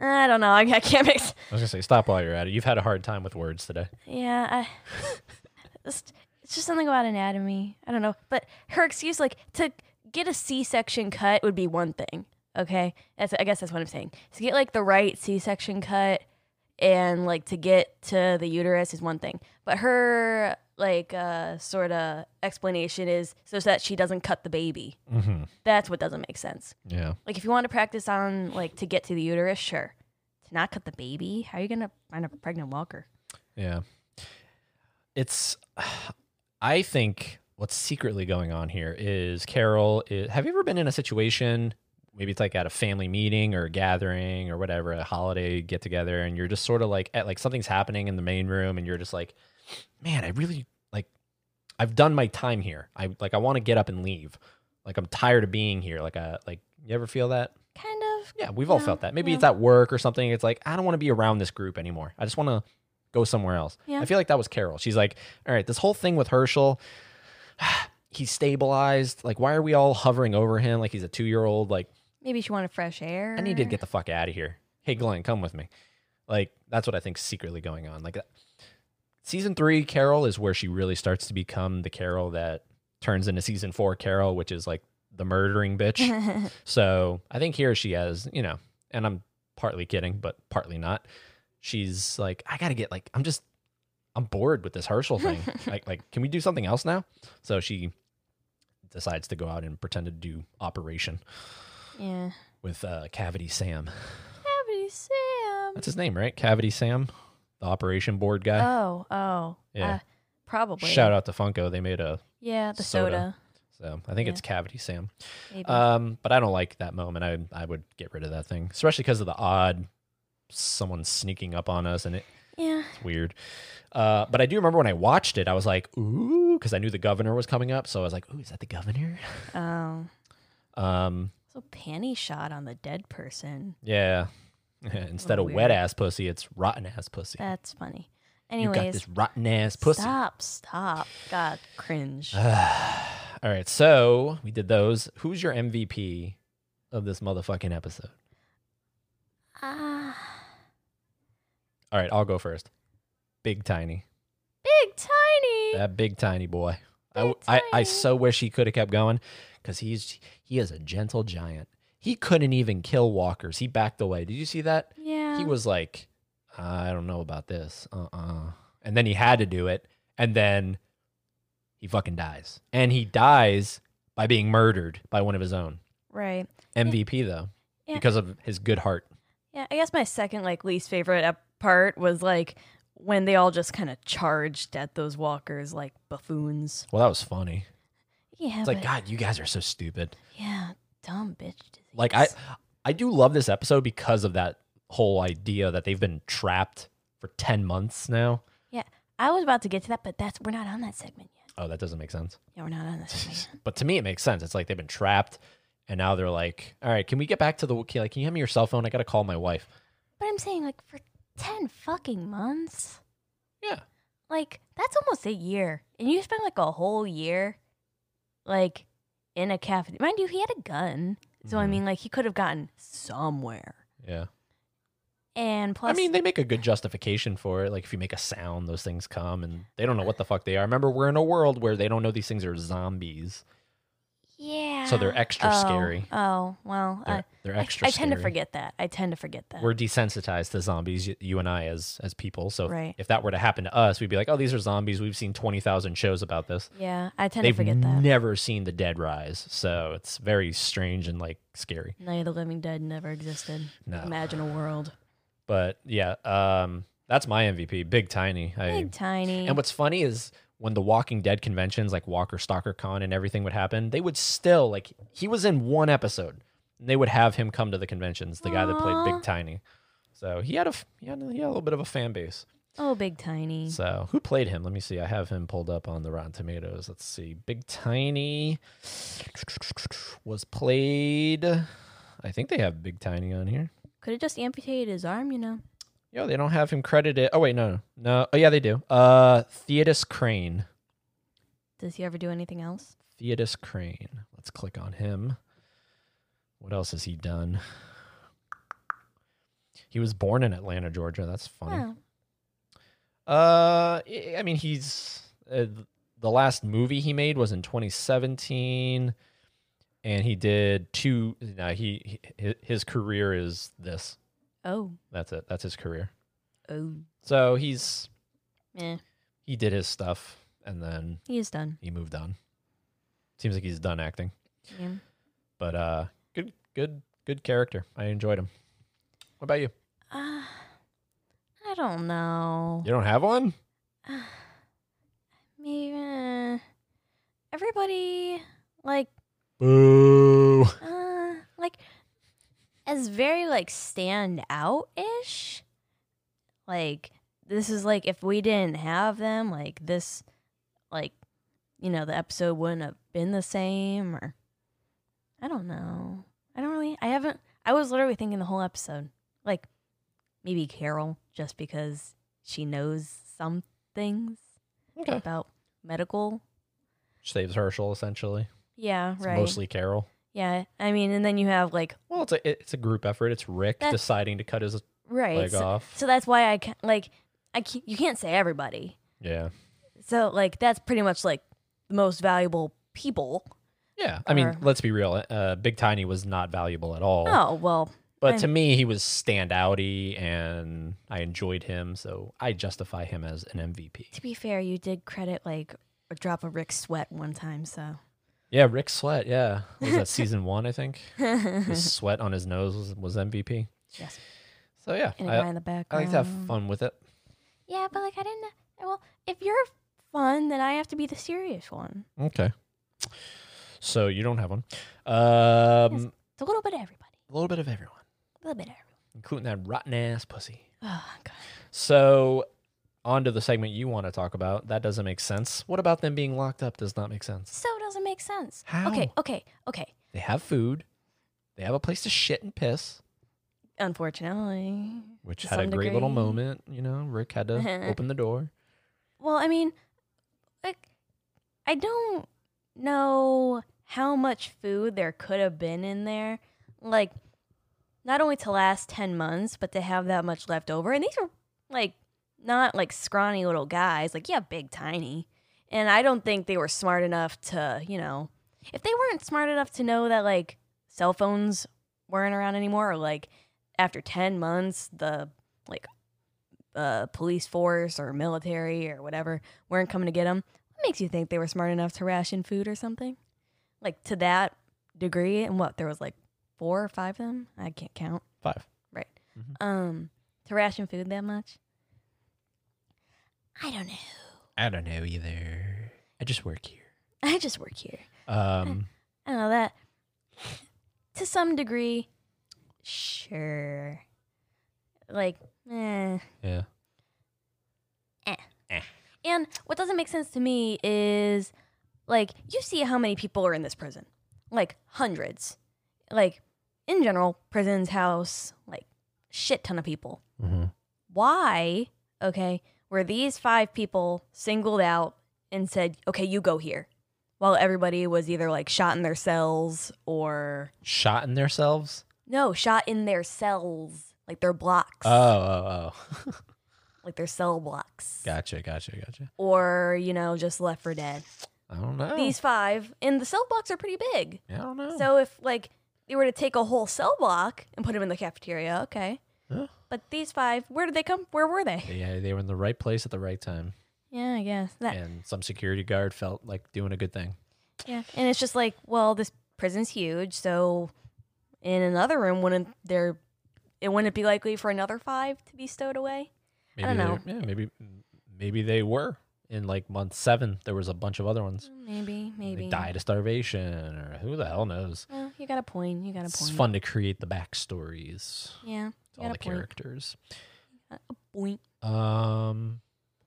Speaker 3: i don't know i, I can't make s-
Speaker 4: I was gonna say stop while you're at it. You've had a hard time with words today.
Speaker 3: yeah, I just it's just something about anatomy. I don't know, but her excuse like to get a C-section cut would be one thing. Okay, that's I guess that's what I'm saying. To get like the right C-section cut and like to get to the uterus is one thing, but her like uh, sort of explanation is so that she doesn't cut the baby.
Speaker 4: Mm-hmm.
Speaker 3: That's what doesn't make sense.
Speaker 4: Yeah.
Speaker 3: Like if you want to practice on like to get to the uterus, sure. To not cut the baby, how are you gonna find a pregnant walker?
Speaker 4: Yeah. It's, I think what's secretly going on here is Carol. Is, have you ever been in a situation, maybe it's like at a family meeting or a gathering or whatever, a holiday get together, and you're just sort of like, at, like something's happening in the main room, and you're just like, man, I really like, I've done my time here. I like, I want to get up and leave. Like, I'm tired of being here. Like, I, like, you ever feel that?
Speaker 3: Kind of.
Speaker 4: Yeah, we've all
Speaker 3: Yeah,
Speaker 4: felt that. Maybe
Speaker 3: yeah.
Speaker 4: it's at work or something. It's like, I don't want to be around this group anymore. I just want to go somewhere else.
Speaker 3: Yeah.
Speaker 4: I feel like that was Carol. She's like, all right, this whole thing with Herschel, he's stabilized. Like, why are we all hovering over him like he's a two year old? Like,
Speaker 3: Maybe she wanted fresh air.
Speaker 4: I need to get the fuck out of here. Hey, Glenn, come with me. Like, that's what I think's secretly going on. Like, uh, season three, Carol is where she really starts to become the Carol that turns into season four, Carol, which is like the murdering
Speaker 3: Mm-hmm.
Speaker 4: bitch. So I think here she has, you know, and I'm partly kidding, but partly not. She's like, I gotta get like, I'm just, I'm bored with this Herschel thing. like, like, can we do something else now? So she decides to go out and pretend to do Operation
Speaker 3: yeah.
Speaker 4: with uh, Cavity Sam.
Speaker 3: Cavity Sam.
Speaker 4: That's his name, right? Cavity Sam, the Operation Board guy.
Speaker 3: Oh, oh.
Speaker 4: Yeah.
Speaker 3: Uh, probably.
Speaker 4: Shout out to Funko. They made a,
Speaker 3: Yeah, the
Speaker 4: Soda.
Speaker 3: soda.
Speaker 4: so I think
Speaker 3: Yeah.
Speaker 4: it's Cavity Sam.
Speaker 3: Maybe.
Speaker 4: Um, but I don't like that moment. I I would get rid of that thing, especially because of the odd someone sneaking up on us, and it,
Speaker 3: yeah.
Speaker 4: it's weird. Uh, but I do remember when I watched it, I was like, ooh, because I knew the governor was coming up, so I was like, ooh, is that the governor?
Speaker 3: Oh.
Speaker 4: Um,
Speaker 3: So panty shot on the dead person.
Speaker 4: yeah. Instead of
Speaker 3: Oh, Weird.
Speaker 4: wet ass pussy, it's rotten ass pussy.
Speaker 3: That's funny.
Speaker 4: you
Speaker 3: Anyways,
Speaker 4: got this rotten ass pussy. Uh-huh.
Speaker 3: stop, stop. God, cringe.
Speaker 4: All right, so we did those. Who's your MVP of this motherfucking episode?
Speaker 3: Ah,
Speaker 4: All right, I'll go first. Big tiny.
Speaker 3: big tiny.
Speaker 4: That big tiny boy. I,
Speaker 3: Big
Speaker 4: I, I
Speaker 3: tiny.
Speaker 4: so wish he could have kept going because he's he is a gentle giant. He couldn't even kill walkers. He backed away. Did you see that?
Speaker 3: yeah.
Speaker 4: He was like, I don't know about this. Uh uh And then he had to do it. And then he fucking dies. And he dies by being murdered by one of his own.
Speaker 3: right.
Speaker 4: MVP though,
Speaker 3: Yeah.
Speaker 4: because of his good heart.
Speaker 3: Yeah, I guess my second like least favorite ep- part was like when they all just kind of charged at those walkers like buffoons.
Speaker 4: Well, that was funny.
Speaker 3: Yeah,
Speaker 4: It's like, God, you guys are so stupid.
Speaker 3: yeah, dumb bitch. Disease.
Speaker 4: Like I I do love this episode because of that whole idea that they've been trapped for 10 months now.
Speaker 3: yeah, I was about to get to that, but that's we're not on that segment yet.
Speaker 4: Oh, that doesn't make sense.
Speaker 3: Yeah, we're not on that segment. yet.
Speaker 4: But to me it makes sense. It's like they've been trapped and now they're like, "All right, can we get back to the can- like can you hand me your cell phone? I got to call my wife."
Speaker 3: But I'm saying like for ten fucking months,
Speaker 4: Yeah.
Speaker 3: like that's almost a year, and you spend like a whole year, like in a cafe. Mind you, he had a gun, so I
Speaker 4: Mhm.
Speaker 3: mean, like he could have gotten somewhere.
Speaker 4: Yeah.
Speaker 3: And plus,
Speaker 4: I mean, they make a good justification for it. Like if you make a sound, those things come and they don't know what the fuck they are. Remember, we're in a world where they don't know these things are zombies.
Speaker 3: yeah,
Speaker 4: So they're extra
Speaker 3: Oh,
Speaker 4: scary.
Speaker 3: Oh well,
Speaker 4: They're,
Speaker 3: I-
Speaker 4: they're
Speaker 3: I-
Speaker 4: extra
Speaker 3: I, tend to
Speaker 4: scary.
Speaker 3: forget that. I tend to forget that.
Speaker 4: We're desensitized to zombies, y- you and I as as people. So if-
Speaker 3: Right.
Speaker 4: if that were to happen to us, we'd be like, "Oh, these are zombies. We've seen 20,000 shows about this."
Speaker 3: yeah, I tend to
Speaker 4: They've
Speaker 3: forget that.
Speaker 4: never seen the dead rise. So it's very strange and like scary.
Speaker 3: Night of the Living Dead never existed.
Speaker 4: No.
Speaker 3: Imagine a world.
Speaker 4: But yeah, um that's my MVP, Big Tiny. I
Speaker 3: Big tiny.
Speaker 4: And what's funny is when the Walking Dead conventions, like Walker Stalker Con and everything would happen, they would still like he was in one episode. And they would have him come to the conventions, the guy that played
Speaker 3: Aw.
Speaker 4: Big Tiny. So he had a f- he had, a- he had a little bit of a fan base.
Speaker 3: oh, big tiny.
Speaker 4: So who played him? Let me see. I have him pulled up on the Rotten Tomatoes. Let's see. Big Tiny was played. I think they have Big Tiny on here.
Speaker 3: Could have just amputated his arm, you know.
Speaker 4: Yo, they don't have him credited. Oh wait, no, no. Oh yeah, they do. Uh, Theodos Crane.
Speaker 3: Does he ever do anything else?
Speaker 4: Theodis Crane. Let's click on him. What else has he done? He was born in Atlanta, Georgia. That's funny.
Speaker 3: Well,
Speaker 4: Uh, I I mean, he's uh, the last movie he made was in 2017, and he did two. No, he, he his career is this.
Speaker 3: oh,
Speaker 4: That's it. That's his career.
Speaker 3: oh,
Speaker 4: So he's
Speaker 3: eh.
Speaker 4: he did his stuff, and then
Speaker 3: He is done.
Speaker 4: he moved on. Seems like he's done acting.
Speaker 3: Yeah.
Speaker 4: but uh good good good character i enjoyed him what about you
Speaker 3: Uh, I don't know.
Speaker 4: you don't have one
Speaker 3: Maybe uh, everybody like
Speaker 4: boo
Speaker 3: uh, like as very like stand out ish. Like this is like if we didn't have them, like this, like you know, the episode wouldn't have been the same. Or I don't know. I don't really. I haven't. I was literally thinking the whole episode, like maybe Carol, just because she knows some things
Speaker 4: okay
Speaker 3: about medical.
Speaker 4: saves herschel essentially
Speaker 3: Yeah,
Speaker 4: it's
Speaker 3: right.
Speaker 4: mostly carol
Speaker 3: Yeah, I mean, and then you have like
Speaker 4: well it's a it- it's a group effort it's rick
Speaker 3: That-
Speaker 4: deciding to cut his
Speaker 3: right.
Speaker 4: leg
Speaker 3: so-
Speaker 4: off
Speaker 3: So that's why I can like I can't, you can't say everybody.
Speaker 4: yeah
Speaker 3: So like that's pretty much like the most valuable people.
Speaker 4: yeah i mean
Speaker 3: Or-
Speaker 4: let's be real uh big tiny was not valuable at all
Speaker 3: Oh, well,
Speaker 4: but
Speaker 3: I-
Speaker 4: to me he was standouty and i enjoyed him so i justify him as an mvp
Speaker 3: to be fair, you did credit like a drop of Rick Sweat one time, so
Speaker 4: yeah rick sweat yeah What was that season one i think his sweat on his nose was, was mvp
Speaker 3: yes.
Speaker 4: So yeah,
Speaker 3: And a guy
Speaker 4: I,
Speaker 3: in the
Speaker 4: I
Speaker 3: background.
Speaker 4: like to have fun with it.
Speaker 3: Yeah, but like I didn't well, if you're fun, then I have to be the serious one.
Speaker 4: Okay. So you don't have one. Um,
Speaker 3: Yes. It's a little bit of everybody.
Speaker 4: A little bit of everyone,
Speaker 3: A little bit of everyone.
Speaker 4: including that rotten ass pussy.
Speaker 3: Oh god.
Speaker 4: So on to the segment you want to talk about. That doesn't make sense. What about them being locked up does not make sense?
Speaker 3: So it doesn't make sense. Okay,
Speaker 4: How?
Speaker 3: okay, okay.
Speaker 4: They have food. They have a place to shit and piss,
Speaker 3: Unfortunately.
Speaker 4: which
Speaker 3: To
Speaker 4: had a
Speaker 3: some
Speaker 4: great little
Speaker 3: degree.
Speaker 4: moment. You know, Rick had to open the door.
Speaker 3: Well, I mean, like, I don't know how much food there could have been in there. Like, not only to last 10 months, but to have that much left over. And these are, like, not like scrawny little guys. Like, yeah, big, tiny. And I don't think they were smart enough to, you know, if they weren't smart enough to know that, like, cell phones weren't around anymore, or, like, after 10 months, the, like, uh, police force or military or whatever weren't coming to get them. What makes you think they were smart enough to ration food or something? Like to that degree, and what there was like four or five of them. I can't count.
Speaker 4: Five.
Speaker 3: Right. Um, to ration food that much. I don't know.
Speaker 4: I don't know either. I just work here.
Speaker 3: I just work here.
Speaker 4: Um,
Speaker 3: I don't know that. To some degree, sure. Like, eh.
Speaker 4: yeah.
Speaker 3: And what doesn't make sense to me is like you see how many people are in this prison. Like hundreds. Like in general, prisons house like shit ton of people.
Speaker 4: Mm-hmm.
Speaker 3: Why, okay, were these five people singled out and said, "Okay, you go here." While everybody was either like shot in their cells or
Speaker 4: Shot in themselves.
Speaker 3: no, shot in their cells, like their blocks,
Speaker 4: Oh, oh, oh.
Speaker 3: like their cell blocks.
Speaker 4: gotcha, gotcha, gotcha.
Speaker 3: Or, you know, just left for dead.
Speaker 4: I don't know.
Speaker 3: These five, and the cell blocks are pretty big.
Speaker 4: I don't know.
Speaker 3: So if like they were to take a whole cell block and put them in the cafeteria, okay.
Speaker 4: Yeah.
Speaker 3: But these five, where did they come? Where were they?
Speaker 4: yeah, they were in the right place at the right time,
Speaker 3: Yeah, I guess that. Yeah.
Speaker 4: and some security guard felt like doing a good thing.
Speaker 3: and it's just like, well, this prison's huge, so in another room, wouldn't there? It wouldn't be likely for another five to be stowed away.
Speaker 4: Maybe
Speaker 3: don't know.
Speaker 4: they- Yeah, maybe, maybe they were in like month seven. There was a bunch of other ones.
Speaker 3: Maybe, maybe.
Speaker 4: They died of starvation, or who the hell knows.
Speaker 3: Well, you got a point. You got a point.
Speaker 4: It's fun to create the backstories,
Speaker 3: Yeah,
Speaker 4: to
Speaker 3: you
Speaker 4: all
Speaker 3: got
Speaker 4: the
Speaker 3: a point.
Speaker 4: characters.
Speaker 3: Boink.
Speaker 4: Um,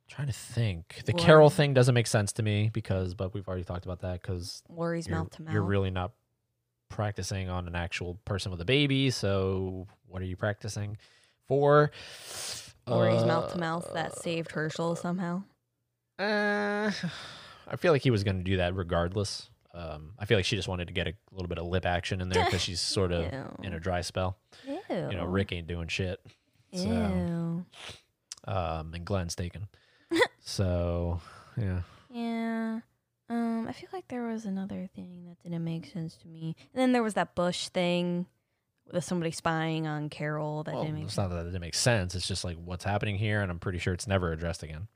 Speaker 4: trying to think. The
Speaker 3: Or-
Speaker 4: Carol thing doesn't make sense to me because, but we've already talked about that because
Speaker 3: Worries
Speaker 4: you're,
Speaker 3: mouth to mouth.
Speaker 4: you're really not practicing on an actual person with a baby. So what are you practicing for?
Speaker 3: Lori's
Speaker 4: Uh,
Speaker 3: mouth to mouth that saved Herschel somehow.
Speaker 4: Uh, I feel like he was going to do that regardless. Um, I feel like she just wanted to get a little bit of lip action in there because she's sort of in a dry spell.
Speaker 3: Ew.
Speaker 4: You know, Rick ain't doing shit.
Speaker 3: Ew.
Speaker 4: so- Um, and Glenn's taken. so yeah,
Speaker 3: Yeah. Um, I feel like there was another thing that didn't make sense to me. And then there was that bush thing with somebody spying on Carol that
Speaker 4: well,
Speaker 3: didn't make
Speaker 4: it's
Speaker 3: sense.
Speaker 4: not that it didn't make sense. It's just like what's happening here, and I'm pretty sure it's never addressed again.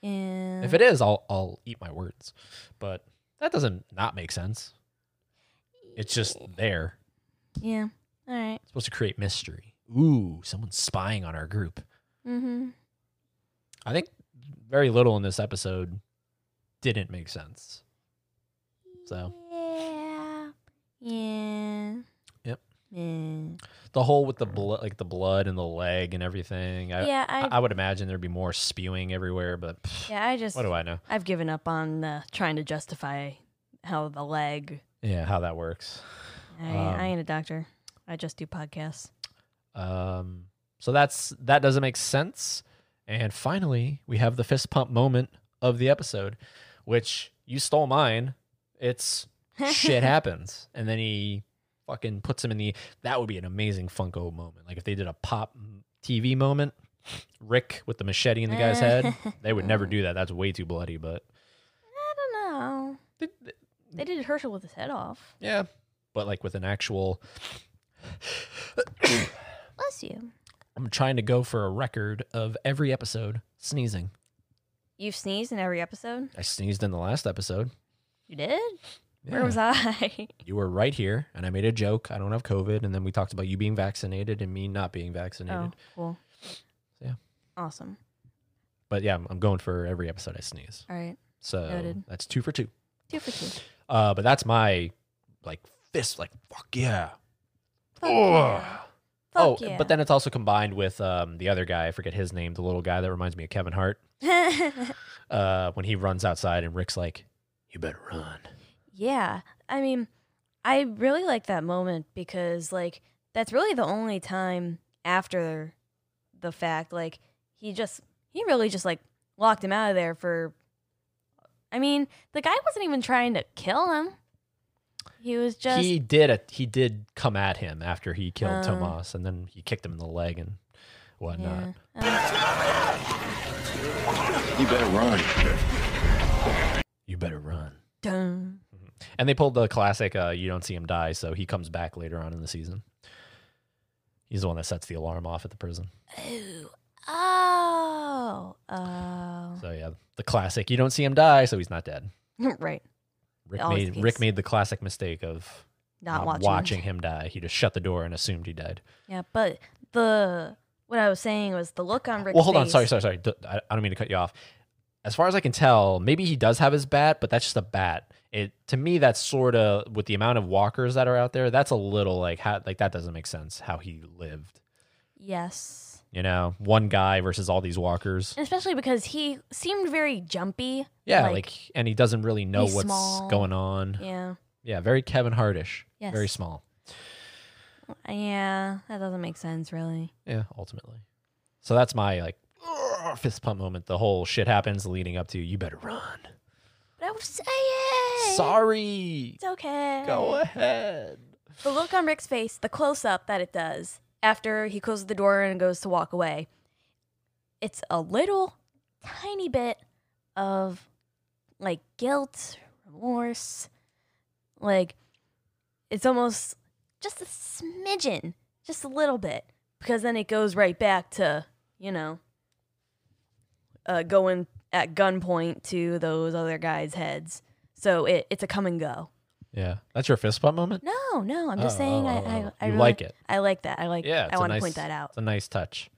Speaker 3: Yeah.
Speaker 4: If it is, I'll I'll eat my words. But that doesn't not make sense. It's just there.
Speaker 3: yeah. All right.
Speaker 4: It's supposed to create mystery. Ooh, someone's spying on our group.
Speaker 3: Mm-hmm.
Speaker 4: I think very little in this episode didn't make sense. So
Speaker 3: Yeah. Yeah.
Speaker 4: Yep.
Speaker 3: Yeah.
Speaker 4: the whole with the blood, like the blood and the leg and everything. I,
Speaker 3: yeah,
Speaker 4: I,
Speaker 3: I,
Speaker 4: I would imagine there'd be more spewing everywhere, but pff,
Speaker 3: yeah, I just
Speaker 4: what do I know?
Speaker 3: I've given up on uh, trying to justify how the leg.
Speaker 4: Yeah, how that works.
Speaker 3: I,
Speaker 4: Um,
Speaker 3: I ain't a doctor. I just do podcasts.
Speaker 4: Um, so that's that doesn't make sense. And finally, we have the fist pump moment of the episode, which you stole mine. It's shit happens, and then he fucking puts him in the. That would be an amazing Funko moment. Like if they did a pop TV moment, Rick with the machete in the guy's head. They would never do that. That's way too bloody. But
Speaker 3: I don't know.
Speaker 4: Th- th-
Speaker 3: They did Herschel with his head off.
Speaker 4: yeah, but like with an actual.
Speaker 3: Bless you.
Speaker 4: I'm trying to go for a record of every episode sneezing.
Speaker 3: You've sneezed in every episode.
Speaker 4: I sneezed in the last episode.
Speaker 3: You did. Where
Speaker 4: Yeah.
Speaker 3: was I?
Speaker 4: You were right here, and I made a joke. I don't have COVID, and then we talked about you being vaccinated and me not being vaccinated.
Speaker 3: oh, cool.
Speaker 4: Yeah.
Speaker 3: Awesome.
Speaker 4: But yeah, I'm- I'm going for every episode I sneeze.
Speaker 3: All right.
Speaker 4: So
Speaker 3: Noted.
Speaker 4: that's two for two.
Speaker 3: Two for two.
Speaker 4: Uh, but that's my like fist, like fuck yeah.
Speaker 3: Fuck yeah.
Speaker 4: oh,
Speaker 3: Fuck yeah.
Speaker 4: but then it's also combined with um, the other guy. I forget his name. The little guy that reminds me of Kevin Hart. Uh, when he runs outside and Rick's like, "You better run."
Speaker 3: yeah. I mean, I really like that moment because, like, that's really the only time after the fact, like, he just, he really just, like, locked him out of there for. I mean, the guy wasn't even trying to kill him. He was just.
Speaker 4: he did a, he did come at him after he killed
Speaker 3: Uh.
Speaker 4: Tomas, and then he kicked him in the leg and whatnot.
Speaker 3: yeah.
Speaker 5: You better run.
Speaker 4: You better run.
Speaker 3: Dun.
Speaker 4: And they pulled the classic uh, you don't see him die, so he comes back later on in the season. He's the one that sets the alarm off at the prison.
Speaker 3: Ooh. Oh. Oh.
Speaker 4: So yeah, the classic you don't see him die, so he's not dead.
Speaker 3: right.
Speaker 4: Rick
Speaker 3: Always the
Speaker 4: made Rick
Speaker 3: case.
Speaker 4: made the classic mistake of
Speaker 3: Not watching.
Speaker 4: him die. He just shut the door and assumed he died.
Speaker 3: Yeah, but the what I was saying was the look on Rick's
Speaker 4: well, hold on.
Speaker 3: face-
Speaker 4: Sorry, sorry, sorry. D- I, I don't mean to cut you off. as far as I can tell, maybe he does have his bat, but that's just a bat. It to me, that's sort of with the amount of walkers that are out there. That's a little like how like that doesn't make sense how he lived.
Speaker 3: Yes.
Speaker 4: You know, one guy versus all these walkers.
Speaker 3: Especially because he seemed very jumpy.
Speaker 4: Yeah, like, and he doesn't really know
Speaker 3: he's
Speaker 4: what's
Speaker 3: small.
Speaker 4: going on. Yeah.
Speaker 3: yeah.
Speaker 4: very Kevin Hardish.
Speaker 3: Yes.
Speaker 4: Very small.
Speaker 3: Yeah, that doesn't make sense really.
Speaker 4: Yeah, ultimately. So that's my like fist pump moment. The whole shit happens leading up to you better run.
Speaker 3: But I was saying
Speaker 4: Sorry.
Speaker 3: it's okay.
Speaker 4: Go ahead.
Speaker 3: The look on Rick's face, the close up that it does after he closes the door and goes to walk away, it's a little tiny bit of like guilt, remorse. Like it's almost just a smidgen, just a little bit, because then it goes right back to, you know, uh, going at gunpoint to those other guys' heads. So it, it's a come and go.
Speaker 4: Yeah. That's your fist pump moment?
Speaker 3: No, no. I'm just
Speaker 4: Oh,
Speaker 3: saying
Speaker 4: oh,
Speaker 3: I,
Speaker 4: oh,
Speaker 3: I,
Speaker 4: oh.
Speaker 3: I
Speaker 4: You
Speaker 3: really,
Speaker 4: like it.
Speaker 3: I like that. I like.
Speaker 4: Yeah. it's
Speaker 3: Mm-hmm. I
Speaker 4: a
Speaker 3: want to
Speaker 4: nice-
Speaker 3: point that out.
Speaker 4: It's a nice touch.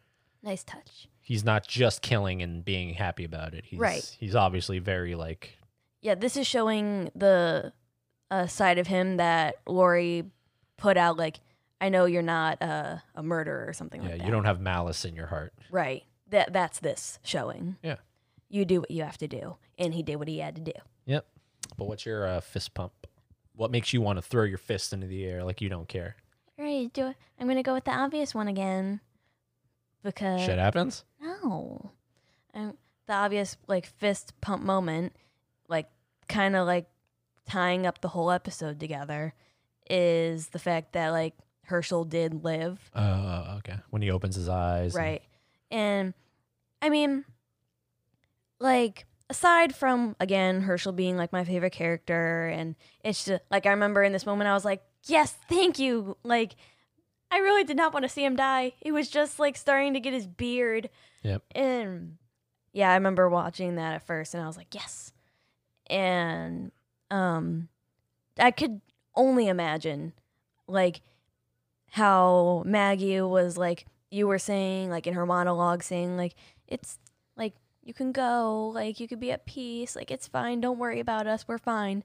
Speaker 3: Nice touch.
Speaker 4: He's not just killing and being happy about it. He's,
Speaker 3: Right.
Speaker 4: He's obviously very like,
Speaker 3: Yeah, this is showing the uh, side of him that Lori put out. Like, I know you're not uh, a murderer or something
Speaker 4: yeah,
Speaker 3: like that.
Speaker 4: you don't have malice in your heart.
Speaker 3: Right. That that's this showing.
Speaker 4: Yeah.
Speaker 3: You do what you have to do, and he did what he had to do.
Speaker 4: Yep. But what's your uh, fist pump? What makes you want to throw your fist into the air like you don't care?
Speaker 3: All right, do it. I'm gonna go with the obvious one again, because
Speaker 4: Shit happens?
Speaker 3: No. Um, the obvious like fist pump moment, like kind of like tying up the whole episode together, is the fact that like Herschel did live,
Speaker 4: Uh, okay. When he opens his eyes. and-
Speaker 3: right? And I mean, like aside from again Herschel being like my favorite character, and it's just like I remember in this moment I was like, yes, thank you, like. I really did not want to see him die. It was just like starting to get his beard
Speaker 4: Yep.
Speaker 3: and yeah, I remember watching that at first and I was like, yes. And um I could only imagine like how Maggie was like you were saying like in her monologue saying like it's like you can go, like you could be at peace, like it's fine, don't worry about us, we're fine.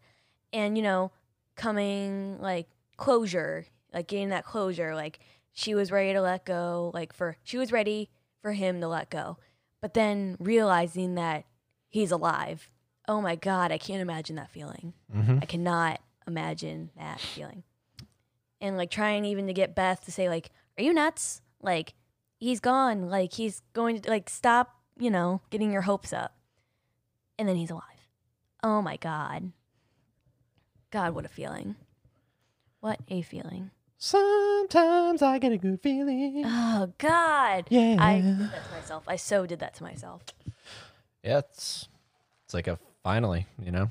Speaker 3: And you know, coming like closure, like getting that closure, like she was ready to let go, like for she was ready for him to let go. But then realizing that he's alive. Oh my God, I can't imagine that feeling.
Speaker 4: Mhm.
Speaker 3: I cannot imagine that feeling. And like trying even to get Beth to say, like, are you nuts? Like, he's gone. Like, he's going to, like, stop, you know, getting your hopes up. And then he's alive. Oh my God. God, what a feeling. What a feeling.
Speaker 2: Sometimes I get a good feeling.
Speaker 3: Oh God.
Speaker 2: Yeah.
Speaker 3: I did that to myself. I so did that to myself.
Speaker 4: Yeah, it's it's like a finally, you know.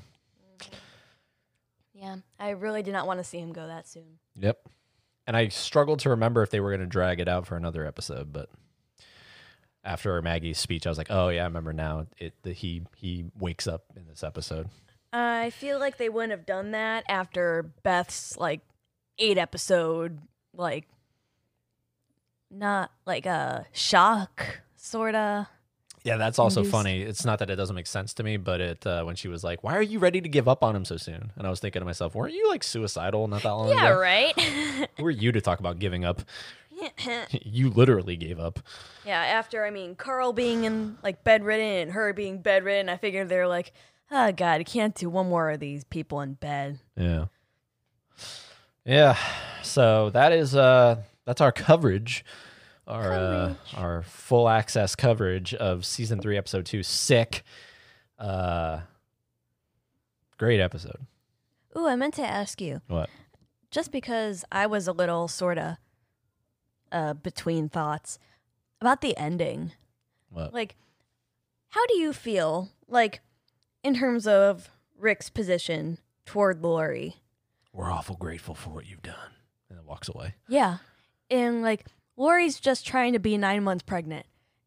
Speaker 3: Yeah, I really did not want to see him go that soon.
Speaker 4: Yep. And I struggled to remember if they were going to drag it out for another episode, but after Maggie's speech, I was like, "Oh yeah, I remember now. It the, he he wakes up in this episode."
Speaker 3: I feel like they wouldn't have done that after Beth's like eight episode like not like a shock sorta.
Speaker 4: Yeah, that's also
Speaker 3: Induced.
Speaker 4: funny. It's not that it doesn't make sense to me, but it uh, when she was like, "Why are you ready to give up on him so soon?" and I was thinking to myself, "Weren't you like suicidal not that long ago?
Speaker 3: Yeah, right.
Speaker 4: Who are you to talk about giving up? you literally gave up."
Speaker 3: yeah, after I mean Carl being in like bedridden and her being bedridden, I figured they're like, oh god, I can't do one more of these people in bed.
Speaker 4: Yeah. Yeah. So that is uh that's our coverage. Our uh our full access coverage of season 3 episode 2 sick. Uh great episode.
Speaker 3: Ooh, I meant to ask you.
Speaker 4: What?
Speaker 3: just because I was a little sorta uh between thoughts about the ending.
Speaker 4: What?
Speaker 3: Like how do you feel like in terms of Rick's position toward Lori?
Speaker 4: We're awful grateful for what you've done. And then walks away.
Speaker 3: Yeah. And like Lori's just trying to be 9 months pregnant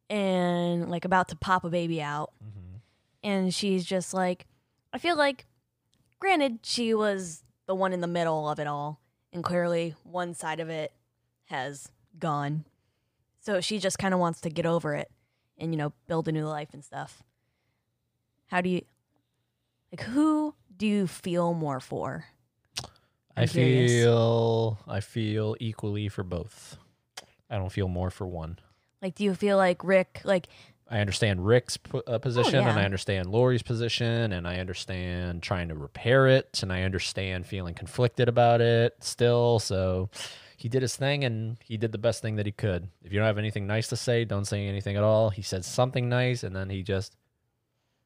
Speaker 3: and like about to pop a baby out and she's just like I feel like granted she was the one in the middle of it all and clearly one side of it has gone. So she just kind of wants to get over it and you know build a new life and stuff. How do you like who do you feel more for?
Speaker 4: I
Speaker 3: I'm curious.
Speaker 4: feel I feel equally for both. I don't feel more for one.
Speaker 3: Like do you feel like Rick like
Speaker 4: I understand Rick's p- uh, position and I
Speaker 3: yeah.
Speaker 4: understand Lori's position and I understand trying to repair it and I understand feeling conflicted about it still. So he did his thing and he did the best thing that he could. If you don't have anything nice to say, don't say anything at all. He said something nice and then he just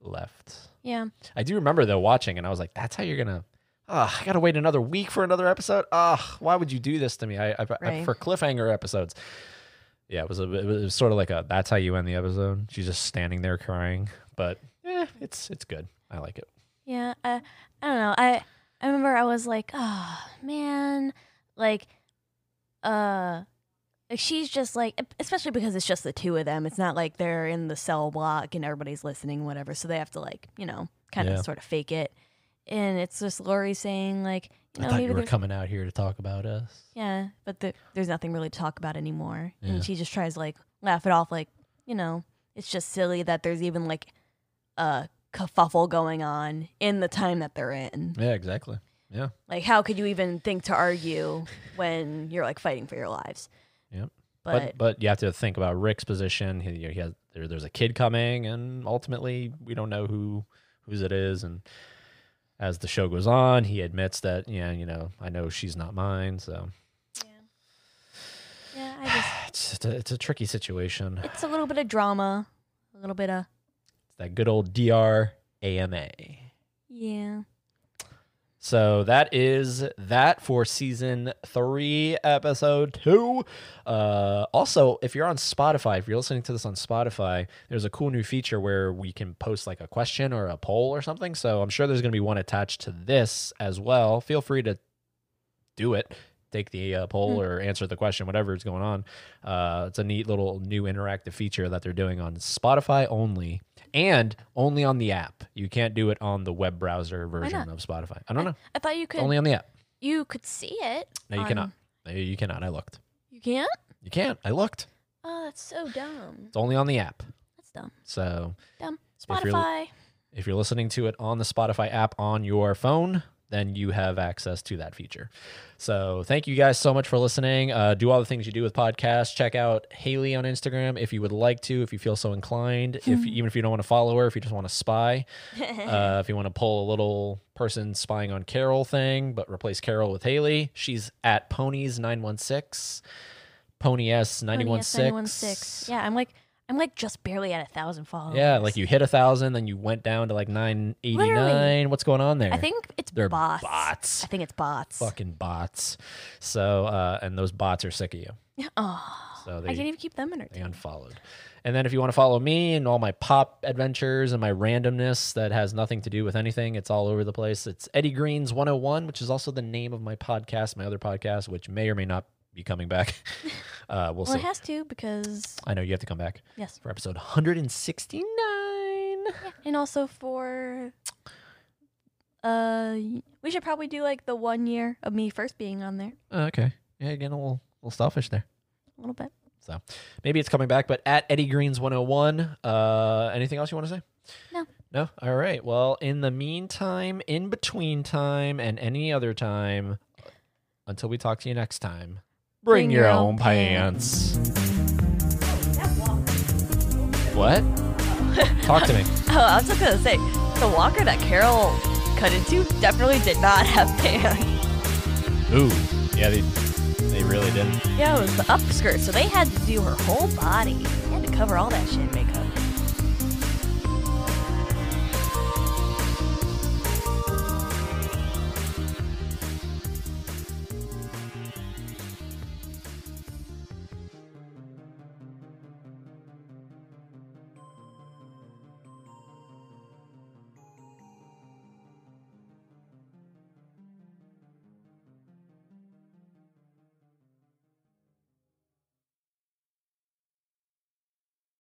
Speaker 4: left.
Speaker 3: yeah.
Speaker 4: I do remember though watching, and I was like, "That's how you're gonna." Ah, I gotta wait another week for another episode. Ah, why would you do this to me? I, I, I-
Speaker 3: Right.
Speaker 4: for cliffhanger episodes. Yeah, it was a, it was, it was sort of like a. That's how you end the episode. She's just standing there crying, but yeah, it's it's good. I like it.
Speaker 3: Yeah, I, I don't know. I I remember I was like, oh man, like, uh, like she's just like, e, especially because it's just the two of them. It's not like they're in the cell block and everybody's listening, whatever. So they have to like, you know, kind
Speaker 4: Yeah.
Speaker 3: of sort of fake it. And it's just Lori saying like, you know,
Speaker 4: I thought
Speaker 3: maybe
Speaker 4: you were
Speaker 3: there's
Speaker 4: coming out here to talk about us.
Speaker 3: yeah, but the, there's nothing really to talk about anymore.
Speaker 4: Yeah.
Speaker 3: And she just tries to like laugh it off, like you know, it's just silly that there's even like a kerfuffle going on in the time that they're in.
Speaker 4: Yeah, exactly. Yeah,
Speaker 3: Like, how could you even think to argue when you're like fighting for your lives?
Speaker 4: Yep.
Speaker 3: But,
Speaker 4: but but you have to think about Rick's position. He, you know, he has there, there's a kid coming, and ultimately we don't know who whose it is. And as the show goes on, he admits that yeah, you know, I know she's not mine. So
Speaker 3: yeah, I just
Speaker 4: it's just a, it's a tricky situation.
Speaker 3: it's a little bit of drama, a little bit of
Speaker 4: It's that good old DR AMA.
Speaker 3: yeah.
Speaker 4: So that is that for season three, episode two. Uh, also, if you're on Spotify, if you're listening to this on Spotify, there's a cool new feature where we can post like a question or a poll or something. So I'm sure there's going to be one attached to this as well. Feel free to do it. Take the uh, poll or answer the question, whatever is going on. Uh, it's a neat little new interactive feature that they're doing on Spotify only and only on the app. You can't do it on the web browser version
Speaker 3: not?
Speaker 4: of Spotify. I don't know.
Speaker 3: I thought you could
Speaker 4: Only on the app.
Speaker 3: you could see it.
Speaker 4: No, you
Speaker 3: on-
Speaker 4: cannot. No, you cannot. I looked.
Speaker 3: You can't.
Speaker 4: You can't. I looked.
Speaker 3: Oh, that's so dumb.
Speaker 4: It's only on the app.
Speaker 3: That's dumb.
Speaker 4: So
Speaker 3: Dumb.
Speaker 4: If you're-
Speaker 3: Spotify.
Speaker 4: if you're listening to it on the Spotify app on your phone, then you have access to that feature. So thank you guys so much for listening. Uh, do all the things you do with podcasts. Check out Haley on Instagram if you would like to, if you feel so inclined. if even if you don't want to follow her, if you just want to spy, uh, if you want to pull a little person spying on Carol thing, but replace Carol with Haley. She's at ponies nine one six, pony s ninety one six.
Speaker 3: Yeah, I'm like I'm like just barely at a thousand followers.
Speaker 4: Yeah, like you hit a thousand, then you went down to like nine eighty
Speaker 3: Literally.
Speaker 4: nine. What's going on there?
Speaker 3: I think it's
Speaker 4: they're
Speaker 3: bots.
Speaker 4: bots.
Speaker 3: I think it's bots.
Speaker 4: fucking bots. So uh, and those bots are sick of you.
Speaker 3: Oh,
Speaker 4: So
Speaker 3: I can't
Speaker 4: they
Speaker 3: even keep them
Speaker 4: they
Speaker 3: entertained.
Speaker 4: unfollowed. And then if you want to follow me and all my pop adventures and my randomness that has nothing to do with anything, it's all over the place. It's Eddie Green's 101, which is also the name of my podcast, my other podcast, which may or may not be coming back. uh, we'll,
Speaker 3: Well,
Speaker 4: see.
Speaker 3: it has to because
Speaker 4: I know you have to come back
Speaker 3: yes,
Speaker 4: for episode 169.
Speaker 3: and also for uh, we should probably do like the one year of me first being on there
Speaker 4: Oh, okay. Yeah, again, a little, little selfish there.
Speaker 3: a little bit.
Speaker 4: So maybe it's coming back, but at Eddie Green's 101. Uh, anything else you want to say?
Speaker 3: No.
Speaker 4: No? All right. Well, in the meantime, in between time, and any other time, until we talk to you next time, bring, your, own, pants. What? talk to me.
Speaker 3: Oh, I was just gonna say the walker that Carol cut into definitely did not have pants.
Speaker 4: Ooh. Yeah, they, they really did.
Speaker 3: Yeah, it was the upskirt, so they had to do her whole body. They had to cover all that shit and make her.